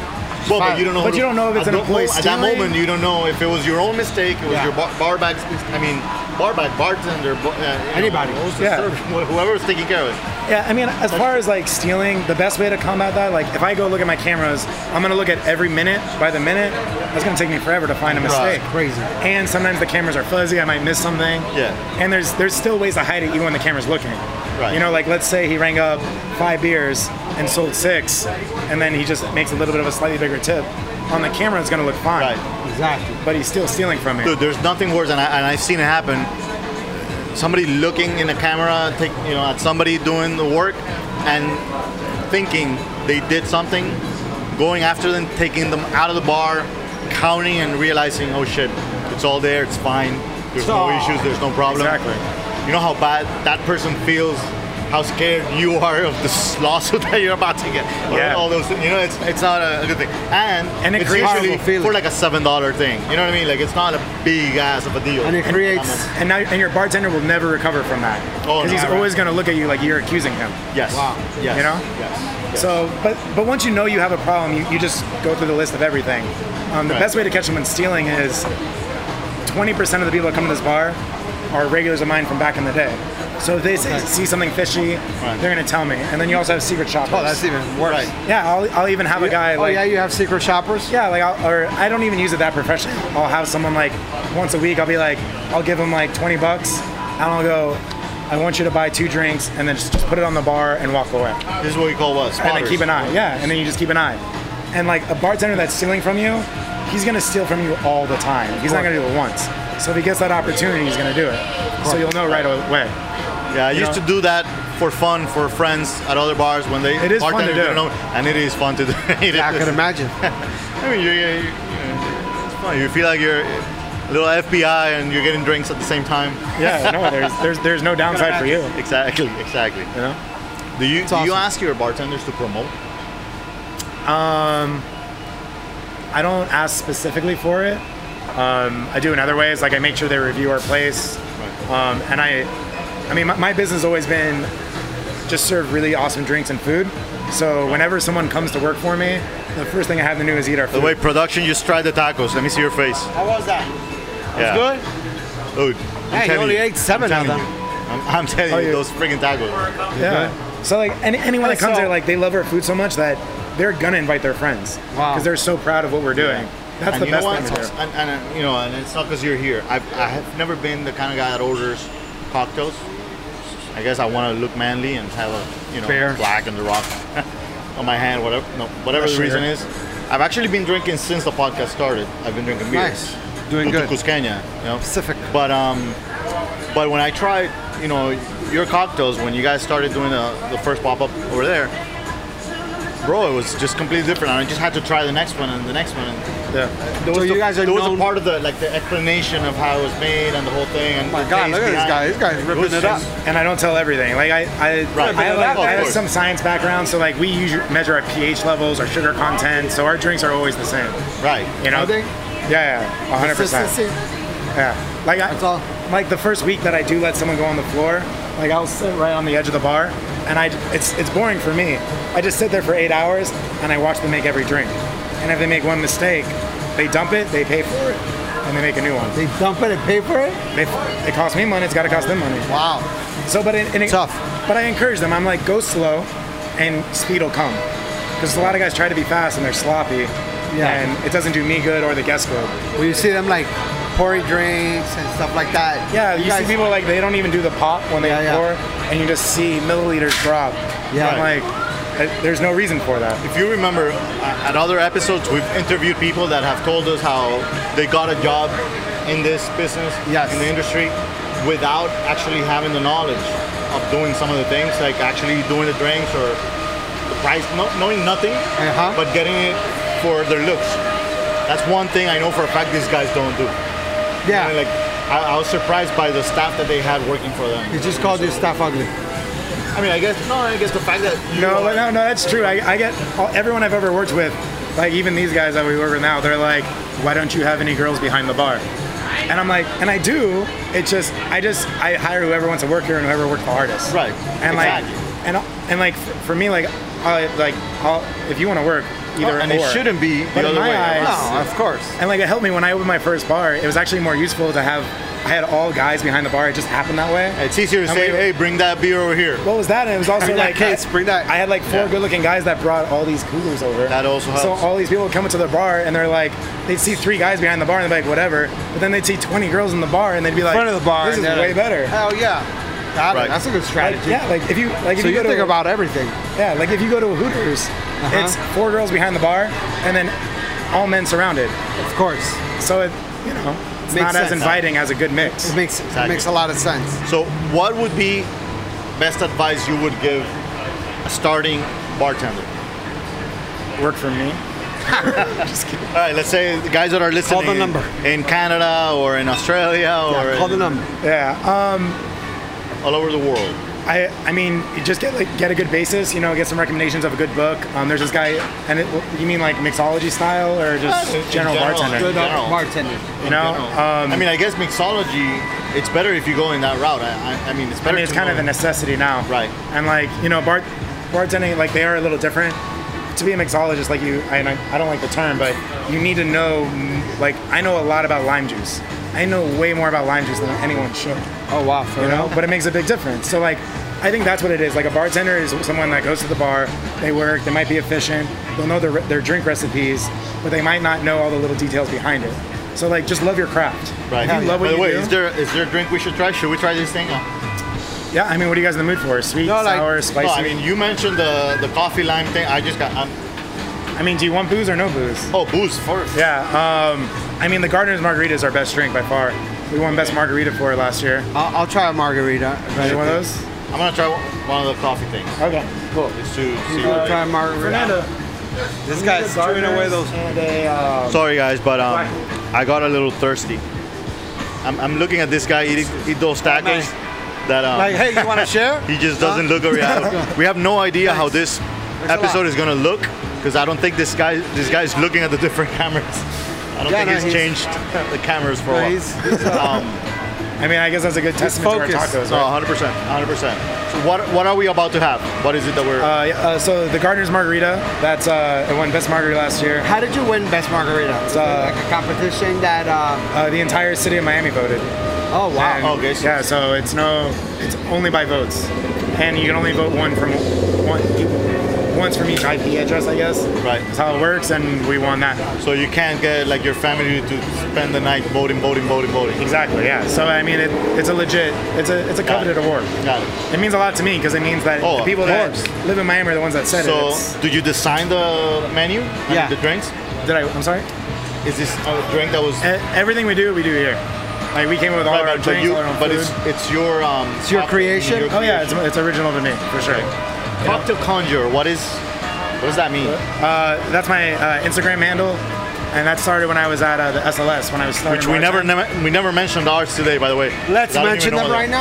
[SPEAKER 1] Fire.
[SPEAKER 2] but you don't know.
[SPEAKER 3] But
[SPEAKER 2] who-
[SPEAKER 3] you don't know if it's
[SPEAKER 2] at
[SPEAKER 3] an
[SPEAKER 2] the mo-
[SPEAKER 3] employee
[SPEAKER 2] At that
[SPEAKER 3] stealing.
[SPEAKER 2] moment, you don't know if it was your own mistake. It was
[SPEAKER 1] Yeah.
[SPEAKER 2] your bar, bar back's mis- I mean, bar back bartender. bo- Uh, you
[SPEAKER 1] Anybody.
[SPEAKER 2] Know, hostess,
[SPEAKER 3] Yeah.
[SPEAKER 2] server, *laughs* wh- whoever was taking care of it.
[SPEAKER 3] Yeah. I mean, as far as like stealing, the best way to combat that, like if I go look at my cameras, I'm gonna look at every minute by the minute. That's gonna take me forever to find a mistake.
[SPEAKER 1] Crazy.
[SPEAKER 3] And sometimes the cameras are fuzzy. I might miss something.
[SPEAKER 2] Yeah.
[SPEAKER 3] And there's there's still ways to hide it even when the camera's looking.
[SPEAKER 2] Right.
[SPEAKER 3] You know, like let's say he rang up five beers and sold six, and then he just makes a little bit of a slightly bigger tip. On the camera, it's gonna look fine.
[SPEAKER 2] Right.
[SPEAKER 1] Exactly.
[SPEAKER 3] But he's still stealing from me.
[SPEAKER 2] Dude, there's nothing worse, and, I, and I've seen it happen. Somebody looking in the camera, take you know, at somebody doing the work, and thinking they did something, going after them, taking them out of the bar, counting, and realizing, oh shit, it's all there, it's fine. There's no
[SPEAKER 1] Oh.
[SPEAKER 2] issues, there's no problem.
[SPEAKER 3] Exactly.
[SPEAKER 2] You know how bad that person feels, how scared you *laughs* are of this lawsuit *laughs* that you're about to get. or
[SPEAKER 3] Yeah.
[SPEAKER 2] All those, you know, it's it's not a good thing. And
[SPEAKER 3] And it
[SPEAKER 2] it's
[SPEAKER 3] creates-
[SPEAKER 2] usually
[SPEAKER 1] Horrible feeling.
[SPEAKER 2] for like a seven dollar thing. You know what I mean? Like it's not a big ass of a deal.
[SPEAKER 1] And it creates.
[SPEAKER 3] And now, and your bartender will never recover from that
[SPEAKER 2] Oh,
[SPEAKER 3] because he's
[SPEAKER 2] never.
[SPEAKER 3] always going to look at you like you're accusing him.
[SPEAKER 2] Yes.
[SPEAKER 1] Wow.
[SPEAKER 2] Yes.
[SPEAKER 3] You know?
[SPEAKER 2] Yes.
[SPEAKER 3] So, but but once you know you have a problem, you, you just go through the list of everything. Um, the
[SPEAKER 2] Right.
[SPEAKER 3] best way to catch someone stealing is 20% of the people that come to this bar are regulars of mine from back in the day. So if they say, see something fishy, they're gonna tell me. And then you also have secret shoppers.
[SPEAKER 1] Oh, that's even worse.
[SPEAKER 2] Right.
[SPEAKER 3] yeah. I'll, I'll even have a guy.
[SPEAKER 1] oh
[SPEAKER 3] like,
[SPEAKER 1] yeah, you have secret shoppers.
[SPEAKER 3] yeah, like I'll, or I don't even use it that professionally. I'll have someone like once a week. I'll be like, I'll give them like 20 bucks, and I'll go. I want you to buy two drinks, and then just, just put it on the bar and walk away.
[SPEAKER 2] This is what we call what?
[SPEAKER 3] And
[SPEAKER 2] Spotters.
[SPEAKER 3] then keep an eye. Yeah, and then you just keep an eye. And like a bartender that's stealing from you, he's gonna steal from you all the time. He's not gonna do it once. So if he gets that opportunity, he's gonna do it. So you'll know right away.
[SPEAKER 2] Yeah, I
[SPEAKER 3] You
[SPEAKER 2] used
[SPEAKER 3] know?
[SPEAKER 2] to do that for fun for friends at other bars when they
[SPEAKER 3] It is fun to
[SPEAKER 2] bartenders
[SPEAKER 3] do.
[SPEAKER 2] didn't know, and it is fun to do. *laughs* It
[SPEAKER 1] Yeah, I
[SPEAKER 2] is.
[SPEAKER 1] could
[SPEAKER 3] *laughs*
[SPEAKER 1] imagine.
[SPEAKER 2] I mean, you, you, you, it's fun. You feel like you're a little FBI and you're getting drinks at the same time.
[SPEAKER 3] Yeah, no, there's there's there's no downside for you. You
[SPEAKER 2] Exactly, exactly.
[SPEAKER 3] know.
[SPEAKER 2] Do you do you
[SPEAKER 1] awesome.
[SPEAKER 2] ask your bartenders to promote?
[SPEAKER 3] I don't ask specifically for it. Um, I do in other ways. Like I make sure they review our place, um, and I, I mean, my, my business has always been just serve really awesome drinks and food. So whenever someone comes to work for me, the first thing I have them do is eat our
[SPEAKER 2] The
[SPEAKER 3] food.
[SPEAKER 2] way production just tried the tacos. Let me see your face.
[SPEAKER 1] How was that?
[SPEAKER 2] yeah.
[SPEAKER 1] Good.
[SPEAKER 2] Dude, I'm
[SPEAKER 1] Hey, you
[SPEAKER 2] telling
[SPEAKER 1] only ate seven
[SPEAKER 2] I'm
[SPEAKER 1] of
[SPEAKER 2] telling
[SPEAKER 1] them.
[SPEAKER 2] you. I'm, I'm telling
[SPEAKER 3] Oh,
[SPEAKER 2] you,
[SPEAKER 3] you-
[SPEAKER 2] those freaking tacos.
[SPEAKER 3] yeah. So like any, anyone that
[SPEAKER 1] And
[SPEAKER 3] comes
[SPEAKER 1] so-
[SPEAKER 3] there, like they love our food so much that they're gonna invite their friends
[SPEAKER 1] Wow.
[SPEAKER 3] because they're so proud of what we're doing. That's
[SPEAKER 2] and
[SPEAKER 3] the
[SPEAKER 2] you
[SPEAKER 3] best
[SPEAKER 2] know what?
[SPEAKER 3] thing to do.
[SPEAKER 2] And, and, uh, you know, and it's not because you're here. I've, I have never been the kind of guy that orders cocktails. I guess I want to look manly and have a you know
[SPEAKER 1] Fair.
[SPEAKER 2] flag and the rock *laughs* on my hand, whatever. No, whatever the
[SPEAKER 3] Sure.
[SPEAKER 2] reason is. I've actually been drinking since the podcast started. I've been drinking beer.
[SPEAKER 1] Nice. Doing
[SPEAKER 2] Punta
[SPEAKER 1] good.
[SPEAKER 2] Cusqueña, you know.
[SPEAKER 1] Pacific.
[SPEAKER 2] But um, but when I tried, you know, your cocktails when you guys started doing the, the first pop up over there, bro, it was just completely different. And I just had to try the next one and the next one. And
[SPEAKER 3] Yeah.
[SPEAKER 2] there
[SPEAKER 1] So
[SPEAKER 2] was
[SPEAKER 1] you
[SPEAKER 2] the-
[SPEAKER 1] guys are
[SPEAKER 2] there was a
[SPEAKER 1] known-
[SPEAKER 2] part of the like the explanation of how it was made and the whole thing. And
[SPEAKER 1] Oh my
[SPEAKER 2] the
[SPEAKER 1] God,
[SPEAKER 2] taste
[SPEAKER 1] look at this
[SPEAKER 2] behind
[SPEAKER 1] guy.
[SPEAKER 2] it.
[SPEAKER 1] This guy's ripping
[SPEAKER 2] was
[SPEAKER 1] it up.
[SPEAKER 2] just-
[SPEAKER 3] and I don't tell everything. Like I, I,
[SPEAKER 2] Right.
[SPEAKER 3] I, like,
[SPEAKER 2] Of
[SPEAKER 3] I have
[SPEAKER 2] course.
[SPEAKER 3] some science background, so like we usually measure our pH levels, our sugar content, so our drinks are always the same.
[SPEAKER 2] Right.
[SPEAKER 3] You know?
[SPEAKER 1] Are they?
[SPEAKER 3] Yeah, yeah, one hundred percent.
[SPEAKER 1] Consistency.
[SPEAKER 3] Yeah, like I,
[SPEAKER 1] That's all.
[SPEAKER 3] like the first week that I do let someone go on the floor, like I'll sit right on the edge of the bar, and I, it's it's boring for me. I just sit there for eight hours and I watch them make every drink, and if they make one mistake, they dump it, they pay for it, and they make a new one.
[SPEAKER 1] They dump it and pay for it?
[SPEAKER 3] They, it costs me money, it's got to cost them money.
[SPEAKER 1] Wow.
[SPEAKER 3] So, but it, and it,
[SPEAKER 1] Tough.
[SPEAKER 3] But I encourage them. I'm like, go slow, and speed will come. Because a lot of guys try to be fast and they're sloppy,
[SPEAKER 1] Yeah.
[SPEAKER 3] and it doesn't do me good or the guest good.
[SPEAKER 1] When you see them like pouring drinks and stuff like that.
[SPEAKER 3] Yeah, you,
[SPEAKER 1] guys-
[SPEAKER 3] see people like they don't even do the pop when they
[SPEAKER 1] Yeah, yeah.
[SPEAKER 3] pour, and you just see milliliters drop.
[SPEAKER 1] Yeah.
[SPEAKER 3] I'm like, I- there's no reason for that.
[SPEAKER 2] If you remember, uh, at other episodes, we've interviewed people that have told us how they got a job in this business,
[SPEAKER 1] Yes.
[SPEAKER 2] in the industry, without actually having the knowledge of doing some of the things, like actually doing the drinks or the price, no, knowing nothing,
[SPEAKER 1] Uh-huh.
[SPEAKER 2] but getting it for their looks. That's one thing I know for a fact these guys don't do. I mean,
[SPEAKER 1] Yeah.
[SPEAKER 2] like, I, I was surprised by the staff that they had working for them.
[SPEAKER 1] You just called your staff ugly.
[SPEAKER 2] I mean, I guess no, I guess the fact that you
[SPEAKER 3] No,
[SPEAKER 2] are-
[SPEAKER 3] but no, no, that's true. I, I get all, everyone I've ever worked with, like even these guys that we work with now, they're like, why don't you have any girls behind the bar? And I'm like, and I do. It's just, I just, I hire whoever wants to work here and whoever works the hardest.
[SPEAKER 2] Right.
[SPEAKER 3] And
[SPEAKER 2] Exactly.
[SPEAKER 3] like, and and like for me, like, I like, I'll, if you want to work, either
[SPEAKER 2] and
[SPEAKER 3] or.
[SPEAKER 2] it shouldn't be
[SPEAKER 3] But
[SPEAKER 2] the
[SPEAKER 3] in
[SPEAKER 2] other
[SPEAKER 3] my
[SPEAKER 2] way. around.
[SPEAKER 3] eyes-
[SPEAKER 1] No, of course.
[SPEAKER 3] And like it helped me when I opened my first bar. It was actually more useful to have I had all guys behind the bar. It just happened that way.
[SPEAKER 2] It's easier to
[SPEAKER 3] And
[SPEAKER 2] say,
[SPEAKER 3] we-
[SPEAKER 2] hey, bring that beer over here.
[SPEAKER 3] What was that? And it was also
[SPEAKER 1] Bring that
[SPEAKER 3] like
[SPEAKER 1] case,
[SPEAKER 3] I,
[SPEAKER 1] bring that.
[SPEAKER 3] I had like four
[SPEAKER 2] Yeah.
[SPEAKER 3] good-looking guys that brought all these coolers over.
[SPEAKER 2] That also
[SPEAKER 3] So
[SPEAKER 2] helps.
[SPEAKER 3] all these people would come into the bar and they're like, they'd see three guys behind the bar and they're like, whatever. But then they'd see 20 girls in the bar and they'd be like,
[SPEAKER 1] In front of the bar.
[SPEAKER 3] This is
[SPEAKER 1] and then-
[SPEAKER 3] way better.
[SPEAKER 1] Hell yeah. Got it.
[SPEAKER 2] Right.
[SPEAKER 1] That's a good strategy.
[SPEAKER 3] Like, yeah, like if you like if
[SPEAKER 1] so
[SPEAKER 3] you,
[SPEAKER 1] you
[SPEAKER 3] go
[SPEAKER 1] think
[SPEAKER 3] to,
[SPEAKER 1] about Uh-huh. everything.
[SPEAKER 3] yeah, like if you go to a Hooters, it's four girls behind the bar and then all men surrounded.
[SPEAKER 1] Of course.
[SPEAKER 3] So it you know it's
[SPEAKER 1] Makes
[SPEAKER 3] not
[SPEAKER 1] sense.
[SPEAKER 3] as inviting as a good mix.
[SPEAKER 1] It makes it makes a lot of sense.
[SPEAKER 2] So, what would be best advice you would give a starting bartender?
[SPEAKER 3] Work for me.
[SPEAKER 2] All right, let's say the guys that are listening
[SPEAKER 1] the number.
[SPEAKER 2] in Canada or in Australia or
[SPEAKER 1] Yeah, call the
[SPEAKER 2] in-
[SPEAKER 1] number.
[SPEAKER 3] Yeah. uh,
[SPEAKER 2] all over the world.
[SPEAKER 3] I, I mean, you just get like get a good basis, you know, get some recommendations of a good book. Um, there's this guy, and it, you mean like mixology style or just
[SPEAKER 2] Uh, in
[SPEAKER 3] general,
[SPEAKER 2] general,
[SPEAKER 3] bartender?
[SPEAKER 2] good.
[SPEAKER 1] Good
[SPEAKER 2] general.
[SPEAKER 1] bartender.
[SPEAKER 3] You know, um,
[SPEAKER 2] I mean, I guess mixology, it's better if you go in that route. I, I, I mean, it's
[SPEAKER 3] I
[SPEAKER 2] better.
[SPEAKER 3] mean, it's
[SPEAKER 2] to
[SPEAKER 3] kind
[SPEAKER 2] know.
[SPEAKER 3] of a necessity now,
[SPEAKER 2] Right.
[SPEAKER 3] And like you know, bar, bartending like they are a little different. to be a mixologist, like you, and I, I don't like the term, but you need to know, like, I know a lot about lime juice. I know way more about lime juice than anyone should,
[SPEAKER 1] Oh wow, for
[SPEAKER 3] you know?
[SPEAKER 1] real?
[SPEAKER 3] But it makes a big difference. So, like, I think that's what it is. Like, a bartender is someone that goes to the bar, they work, they might be efficient, they'll know their, their drink recipes, but they might not know all the little details behind it. So, like, just love your craft.
[SPEAKER 2] Right.
[SPEAKER 3] If you love what
[SPEAKER 2] By the
[SPEAKER 3] you
[SPEAKER 2] way,
[SPEAKER 3] do-
[SPEAKER 2] is there is there a drink we should try? Should we try this thing? out?
[SPEAKER 3] Yeah, I mean, what are you guys in the mood for? Sweet,
[SPEAKER 1] No, like-
[SPEAKER 3] sour,
[SPEAKER 2] No,
[SPEAKER 3] spicy?
[SPEAKER 2] I mean you mentioned the the coffee lime thing. I just got um,
[SPEAKER 3] I mean, do you want booze or no booze?
[SPEAKER 2] oh booze first.
[SPEAKER 3] Yeah, um, I mean, the Gardener's Margarita is our best drink by far. We won Best Margarita for it last year.
[SPEAKER 1] I'll, I'll try a margarita. if
[SPEAKER 3] Any
[SPEAKER 1] anything.
[SPEAKER 3] one of those?
[SPEAKER 2] I'm gonna try one of the coffee things
[SPEAKER 3] Okay.
[SPEAKER 1] Cool.
[SPEAKER 2] just to see.
[SPEAKER 1] I'll
[SPEAKER 2] what-
[SPEAKER 1] try a margarita. This guy's chewing away those.
[SPEAKER 3] And a, uh,
[SPEAKER 2] Sorry guys, but um, I got a little thirsty. I'm, I'm looking at this guy eating eat those tacos. That um,
[SPEAKER 1] Oh, Like, hey, you *laughs* want to share?
[SPEAKER 2] He just doesn't look a
[SPEAKER 1] *laughs*
[SPEAKER 2] reality. we have no idea how this
[SPEAKER 1] a
[SPEAKER 2] episode
[SPEAKER 1] lot.
[SPEAKER 2] is gonna look because I don't think this guy this guy's looking at the *laughs* different cameras. I don't
[SPEAKER 1] Yeah,
[SPEAKER 2] think
[SPEAKER 1] no,
[SPEAKER 2] he's,
[SPEAKER 1] he's-
[SPEAKER 2] changed the cameras for a
[SPEAKER 1] But
[SPEAKER 2] while. Um,
[SPEAKER 1] he's, he's, uh,
[SPEAKER 3] I mean, I guess that's a good testament to our
[SPEAKER 1] focused.
[SPEAKER 3] tacos.
[SPEAKER 2] So
[SPEAKER 3] Right?
[SPEAKER 2] 100%, 100%. So what what are we about to have? What is it that we're?
[SPEAKER 3] Uh, yeah, uh, so the Gardener's Margarita, that's uh, it won Best Margarita last year.
[SPEAKER 1] how did you win best margarita? Was it
[SPEAKER 3] uh,
[SPEAKER 1] like a competition that. Uh,
[SPEAKER 3] Uh, the entire city of Miami voted.
[SPEAKER 1] oh wow.
[SPEAKER 3] And,
[SPEAKER 2] Okay, so-
[SPEAKER 3] Yeah, so it's no, it's only by votes, and you can only vote one from one once from each IP address, I guess.
[SPEAKER 2] Right.
[SPEAKER 3] That's how it works, and we won that.
[SPEAKER 2] so you can't get like your family to spend the night voting, voting, voting, voting.
[SPEAKER 3] Exactly. Yeah. So I mean, it, it's a legit, it's a it's a
[SPEAKER 2] Got it.
[SPEAKER 3] coveted award.
[SPEAKER 2] Got it.
[SPEAKER 3] It means a lot to me because it means that
[SPEAKER 2] Oh,
[SPEAKER 3] the people
[SPEAKER 2] of
[SPEAKER 3] that
[SPEAKER 2] course.
[SPEAKER 3] live in Miami are the ones that said it.
[SPEAKER 2] So
[SPEAKER 3] It's-
[SPEAKER 2] did you design the menu? I mean,
[SPEAKER 1] Yeah.
[SPEAKER 2] the drinks.
[SPEAKER 3] Did I? I'm sorry.
[SPEAKER 2] Is this a drink that was?
[SPEAKER 3] E- Everything we do, we do here. Like we came up with all
[SPEAKER 2] Right,
[SPEAKER 3] our
[SPEAKER 2] right,
[SPEAKER 3] drinks,
[SPEAKER 2] but, you,
[SPEAKER 3] all our own
[SPEAKER 2] but
[SPEAKER 3] food.
[SPEAKER 2] it's it's your um. It's
[SPEAKER 1] your creation?
[SPEAKER 3] oh yeah, it's, it's original to me for sure.
[SPEAKER 2] Cocktail conjure. What is? What does that mean?
[SPEAKER 3] Uh, that's my uh, Instagram handle, and that started when I was at uh, the SLS when I was starting.
[SPEAKER 2] Which we never
[SPEAKER 3] bartending.
[SPEAKER 2] nem- we never mentioned ours today, by the way.
[SPEAKER 1] Let's
[SPEAKER 2] I don't
[SPEAKER 1] mention
[SPEAKER 2] even know
[SPEAKER 1] them
[SPEAKER 2] what
[SPEAKER 1] right
[SPEAKER 2] they-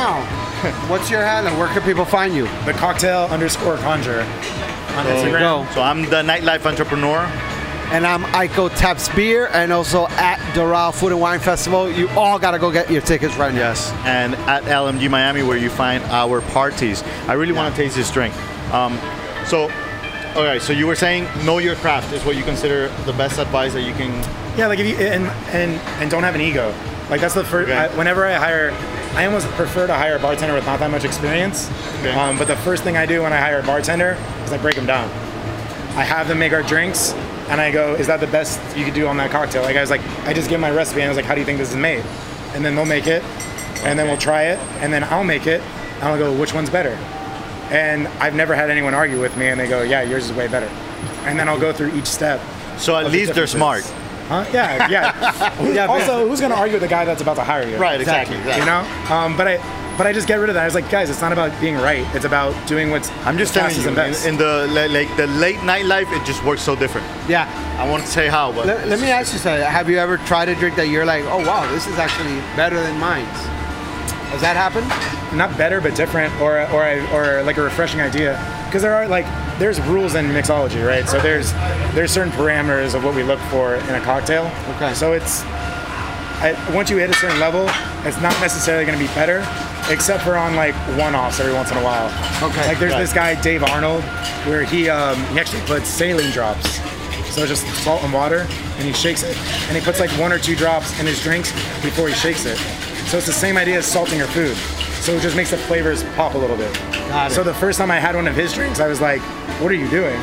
[SPEAKER 1] now. *laughs* What's your handle? Where can people find you?
[SPEAKER 3] The cocktail underscore conjure on
[SPEAKER 2] So-
[SPEAKER 3] Instagram.
[SPEAKER 1] go.
[SPEAKER 2] So I'm the nightlife entrepreneur.
[SPEAKER 1] And I'm Ico Taps Beer and also at Doral Food and Wine Festival. You all got to go get your tickets right now.
[SPEAKER 2] And at LMG Miami, where you find our parties. I really want to taste this drink. Um, so, all right. So you were saying know your craft is what you consider the best advice that you can.
[SPEAKER 3] Yeah, like if you and and and don't have an ego. Like that's the first.
[SPEAKER 2] Okay.
[SPEAKER 3] I, whenever I hire, I almost prefer to hire a bartender with not that much experience.
[SPEAKER 2] Okay.
[SPEAKER 3] Um, but the first thing I do when I hire a bartender is I break them down. I have them make our drinks, and I go, "Is that the best you could do on that cocktail?" Like I was like, I just give my recipe, and I was like, "How do you think this is made?" And then they'll make it, and then we'll try it, and then I'll make it, and I'll go, "Which one's better?" And I've never had anyone argue with me, and they go, "Yeah, yours is way better." And then I'll go through each step.
[SPEAKER 2] So at
[SPEAKER 3] Of the
[SPEAKER 2] least they're smart.
[SPEAKER 3] differences. Huh?
[SPEAKER 2] *laughs*
[SPEAKER 3] Yeah, yeah.
[SPEAKER 1] Yeah,
[SPEAKER 3] also, who's gonna argue with the guy that's about to hire you?
[SPEAKER 2] Right. Exactly. exactly.
[SPEAKER 3] You know. Um, but I, but I just get rid of that. I was like, guys, it's not about being right. It's about doing what's.
[SPEAKER 2] I'm just
[SPEAKER 3] the
[SPEAKER 2] telling
[SPEAKER 3] fastest
[SPEAKER 2] you,
[SPEAKER 3] and best.
[SPEAKER 2] in, in the li- like the late nightlife, it just works so different.
[SPEAKER 1] Yeah.
[SPEAKER 2] I won't say how, but
[SPEAKER 1] Let, let me ask you something. Have you ever tried a drink that you're like, oh wow, this is actually better than mine? Has that happened?
[SPEAKER 3] not better, but different, or or I, or like a refreshing idea. Because there are like there's rules in mixology, right? So there's there's certain parameters of what we look for in a cocktail.
[SPEAKER 1] Okay.
[SPEAKER 3] So it's I, once you hit a certain level, it's not necessarily going to be better, except for on like one-offs every once in a while.
[SPEAKER 1] Okay.
[SPEAKER 3] Like there's
[SPEAKER 2] Right.
[SPEAKER 3] this guy Dave Arnold, where he um, he actually puts saline drops, so just salt and water, and he shakes it, and he puts like one or two drops in his drinks before he shakes it. So it's the same idea as salting your food. So it just makes the flavors pop a little bit.
[SPEAKER 1] Got it.
[SPEAKER 3] So the first time I had one of his drinks, I was like, "What are you doing?"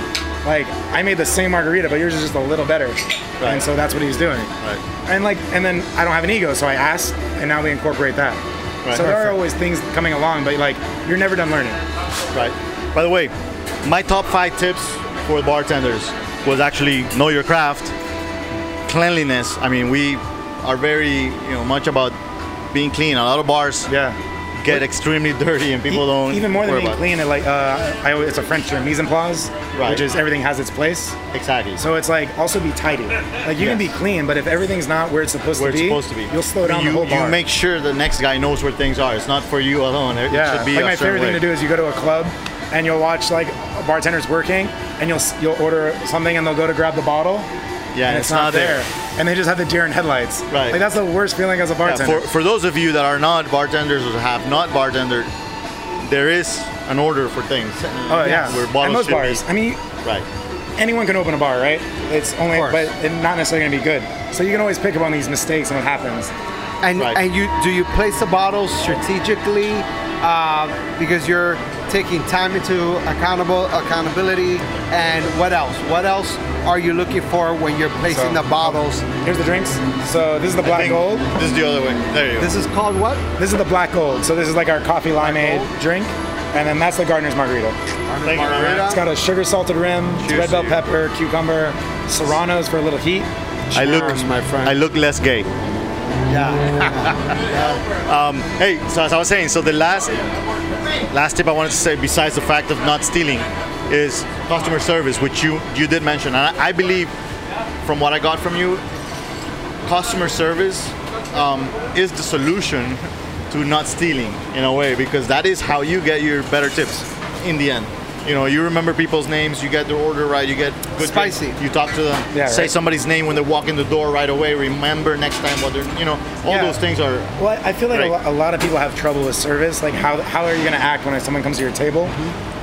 [SPEAKER 3] Like I made the same margarita, but yours is just a little better.
[SPEAKER 2] Right.
[SPEAKER 3] And so that's what he's doing.
[SPEAKER 2] Right.
[SPEAKER 3] And like, and then I don't have an ego, so I ask, and now we incorporate that.
[SPEAKER 2] Right.
[SPEAKER 3] So there are always things coming along, but like, you're never done learning.
[SPEAKER 2] Right. By the way, my top five tips for bartenders was actually know your craft, cleanliness. I mean, we are very you know much about being clean. A lot of bars
[SPEAKER 3] Yeah. E-,
[SPEAKER 2] get extremely dirty, and people don't
[SPEAKER 3] Even more than
[SPEAKER 2] worry
[SPEAKER 3] being
[SPEAKER 2] about
[SPEAKER 3] clean, it, like, uh, I, always- it's a French term, mise en place,
[SPEAKER 2] Right.
[SPEAKER 3] which is everything has its place.
[SPEAKER 2] It. Exactly. So
[SPEAKER 3] So it's like also be tidy. Like you can be
[SPEAKER 2] Yes.
[SPEAKER 3] clean, but if everything's not where it's supposed
[SPEAKER 2] where
[SPEAKER 3] to
[SPEAKER 2] it's
[SPEAKER 3] be,
[SPEAKER 2] supposed to be.
[SPEAKER 3] you'll slow
[SPEAKER 2] I mean,
[SPEAKER 3] down
[SPEAKER 2] you,
[SPEAKER 3] the whole bar.
[SPEAKER 2] You make sure the next guy knows where things are. It's not for you alone. It
[SPEAKER 3] Yeah,
[SPEAKER 2] should be
[SPEAKER 3] like
[SPEAKER 2] a
[SPEAKER 3] my
[SPEAKER 2] certain
[SPEAKER 3] favorite
[SPEAKER 2] way.
[SPEAKER 3] thing to do is you go to a club and you'll watch like a bartender's working and you'll s- you'll order something and they'll go to grab the bottle
[SPEAKER 2] Yeah,
[SPEAKER 3] and it's, not, there. and they just have the deer in headlights.
[SPEAKER 2] Right.
[SPEAKER 3] like that's the worst feeling as a
[SPEAKER 2] Yeah,
[SPEAKER 3] bartender.
[SPEAKER 2] for, for those of you that are not bartenders or have not bartendered, there is an order for things.
[SPEAKER 3] oh yeah,
[SPEAKER 2] Where
[SPEAKER 3] At
[SPEAKER 2] bottles
[SPEAKER 3] most
[SPEAKER 2] should
[SPEAKER 3] bars. I mean,
[SPEAKER 2] Be. Right.
[SPEAKER 3] anyone can open a bar, right? It's only,
[SPEAKER 1] Of course.
[SPEAKER 3] but it's not necessarily going to be good. So you can always pick up on these mistakes and what happens.
[SPEAKER 1] And,
[SPEAKER 2] Right.
[SPEAKER 1] and you do you place the bottles strategically uh, because you're taking time into accountable accountability and what else? What else are you looking for when you're placing
[SPEAKER 3] So-
[SPEAKER 1] the bottles?
[SPEAKER 3] Here's the drinks. So this is the
[SPEAKER 2] I
[SPEAKER 3] black
[SPEAKER 2] think
[SPEAKER 3] gold.
[SPEAKER 2] This is the other way. There you go.
[SPEAKER 1] This is called what?
[SPEAKER 3] This is the black gold. So this is like our coffee limeade
[SPEAKER 1] gold.
[SPEAKER 3] drink, and then that's the gardener's margarita.
[SPEAKER 2] Thank you,
[SPEAKER 1] Margarita.
[SPEAKER 2] man.
[SPEAKER 3] It's got a sugar salted rim,
[SPEAKER 2] Cheers
[SPEAKER 3] red
[SPEAKER 2] to
[SPEAKER 3] bell
[SPEAKER 2] you.
[SPEAKER 3] pepper, cucumber, serranos for a little heat.
[SPEAKER 2] I look,
[SPEAKER 1] Cheers, my friend.
[SPEAKER 2] I look less gay.
[SPEAKER 1] Yeah.
[SPEAKER 2] Hey, so as I was saying, so the last last tip I wanted to say, besides the fact of not stealing, is customer service, which you you did mention, and I, I believe from what I got from you, customer service um, is the solution to not stealing in a way because that is how you get your better tips in the end. You know, you remember people's names, you get their order right, you get good
[SPEAKER 1] Spicy.
[SPEAKER 2] You talk to them,
[SPEAKER 3] Yeah,
[SPEAKER 2] say
[SPEAKER 3] right.
[SPEAKER 2] somebody's name when they walk in the door right away. Remember next time what they're, you know, all
[SPEAKER 3] Yeah.
[SPEAKER 2] those things are
[SPEAKER 3] Well, I- I feel like a,
[SPEAKER 2] Right.
[SPEAKER 3] lo- a lot of people have trouble with service. Like, how, how are you going to act when someone comes to your table?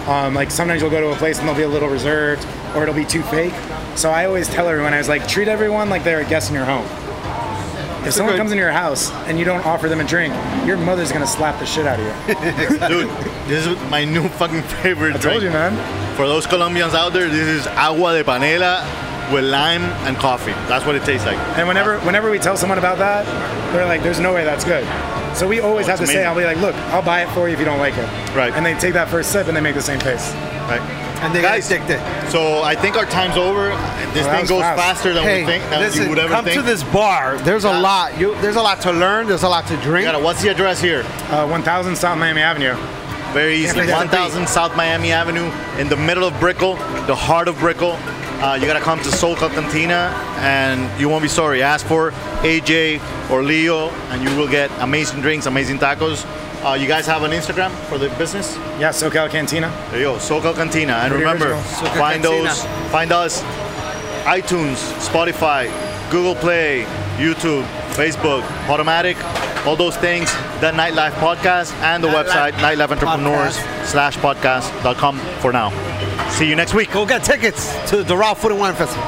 [SPEAKER 3] Um, like, sometimes you'll go to a place and they'll be a little reserved or it'll be too fake. So I always tell everyone, I was like, treat everyone like they're a guest in your home. If someone
[SPEAKER 1] good-
[SPEAKER 3] comes into your house and you don't offer them a drink, your mother's going to slap the shit out of you.
[SPEAKER 2] Dude, this is my new fucking favorite
[SPEAKER 3] I told
[SPEAKER 2] drink.
[SPEAKER 3] you, man.
[SPEAKER 2] For those Colombians out there, this is agua de panela with lime and coffee. That's what it tastes like.
[SPEAKER 3] And whenever whenever we tell someone about that, they're like, there's no way that's good. So we always have to say,
[SPEAKER 2] amazing.
[SPEAKER 3] I'll be like, look, I'll buy it for you if you don't like it.
[SPEAKER 2] Right.
[SPEAKER 3] And they take that first sip and they make the same face.
[SPEAKER 2] Right.
[SPEAKER 1] And they got
[SPEAKER 2] Guys,
[SPEAKER 1] addicted.
[SPEAKER 2] so I think our time's over. This
[SPEAKER 3] that
[SPEAKER 2] thing
[SPEAKER 3] was
[SPEAKER 2] goes
[SPEAKER 3] fast.
[SPEAKER 2] faster than
[SPEAKER 1] Hey,
[SPEAKER 2] we think than
[SPEAKER 1] listen,
[SPEAKER 2] you would ever
[SPEAKER 1] come
[SPEAKER 2] think.
[SPEAKER 1] to this bar. There's a
[SPEAKER 2] Yeah.
[SPEAKER 1] lot. You, there's a lot to learn. There's a lot to drink.
[SPEAKER 2] Gotta- what's the address here?
[SPEAKER 3] Uh, 1000 South Miami Avenue.
[SPEAKER 2] Very easy.
[SPEAKER 1] forget the
[SPEAKER 2] 1000 South Miami Avenue, in the middle of Brickell, the heart of Brickell. Uh, you gotta come to Soul Cantina, and you won't be sorry. Ask for AJ or Leo, and you will get amazing drinks, amazing tacos. Uh, you guys have an Instagram for the business?
[SPEAKER 3] Yeah, SoCal Cantina.
[SPEAKER 2] There you go, SoCal Cantina. And
[SPEAKER 3] Pretty
[SPEAKER 2] remember,
[SPEAKER 3] original.
[SPEAKER 1] SoCal
[SPEAKER 2] find
[SPEAKER 1] Cantina.
[SPEAKER 2] those, find us, iTunes, Spotify, Google Play, YouTube, Facebook, Automatic, all those things. The Nightlife Podcast and the
[SPEAKER 1] Nightlife
[SPEAKER 2] website Nightlife Entrepreneurs
[SPEAKER 1] Podcast.
[SPEAKER 2] slash podcast.com for now. See you next week.
[SPEAKER 1] Go get tickets to the Raw Food and Wine Festival.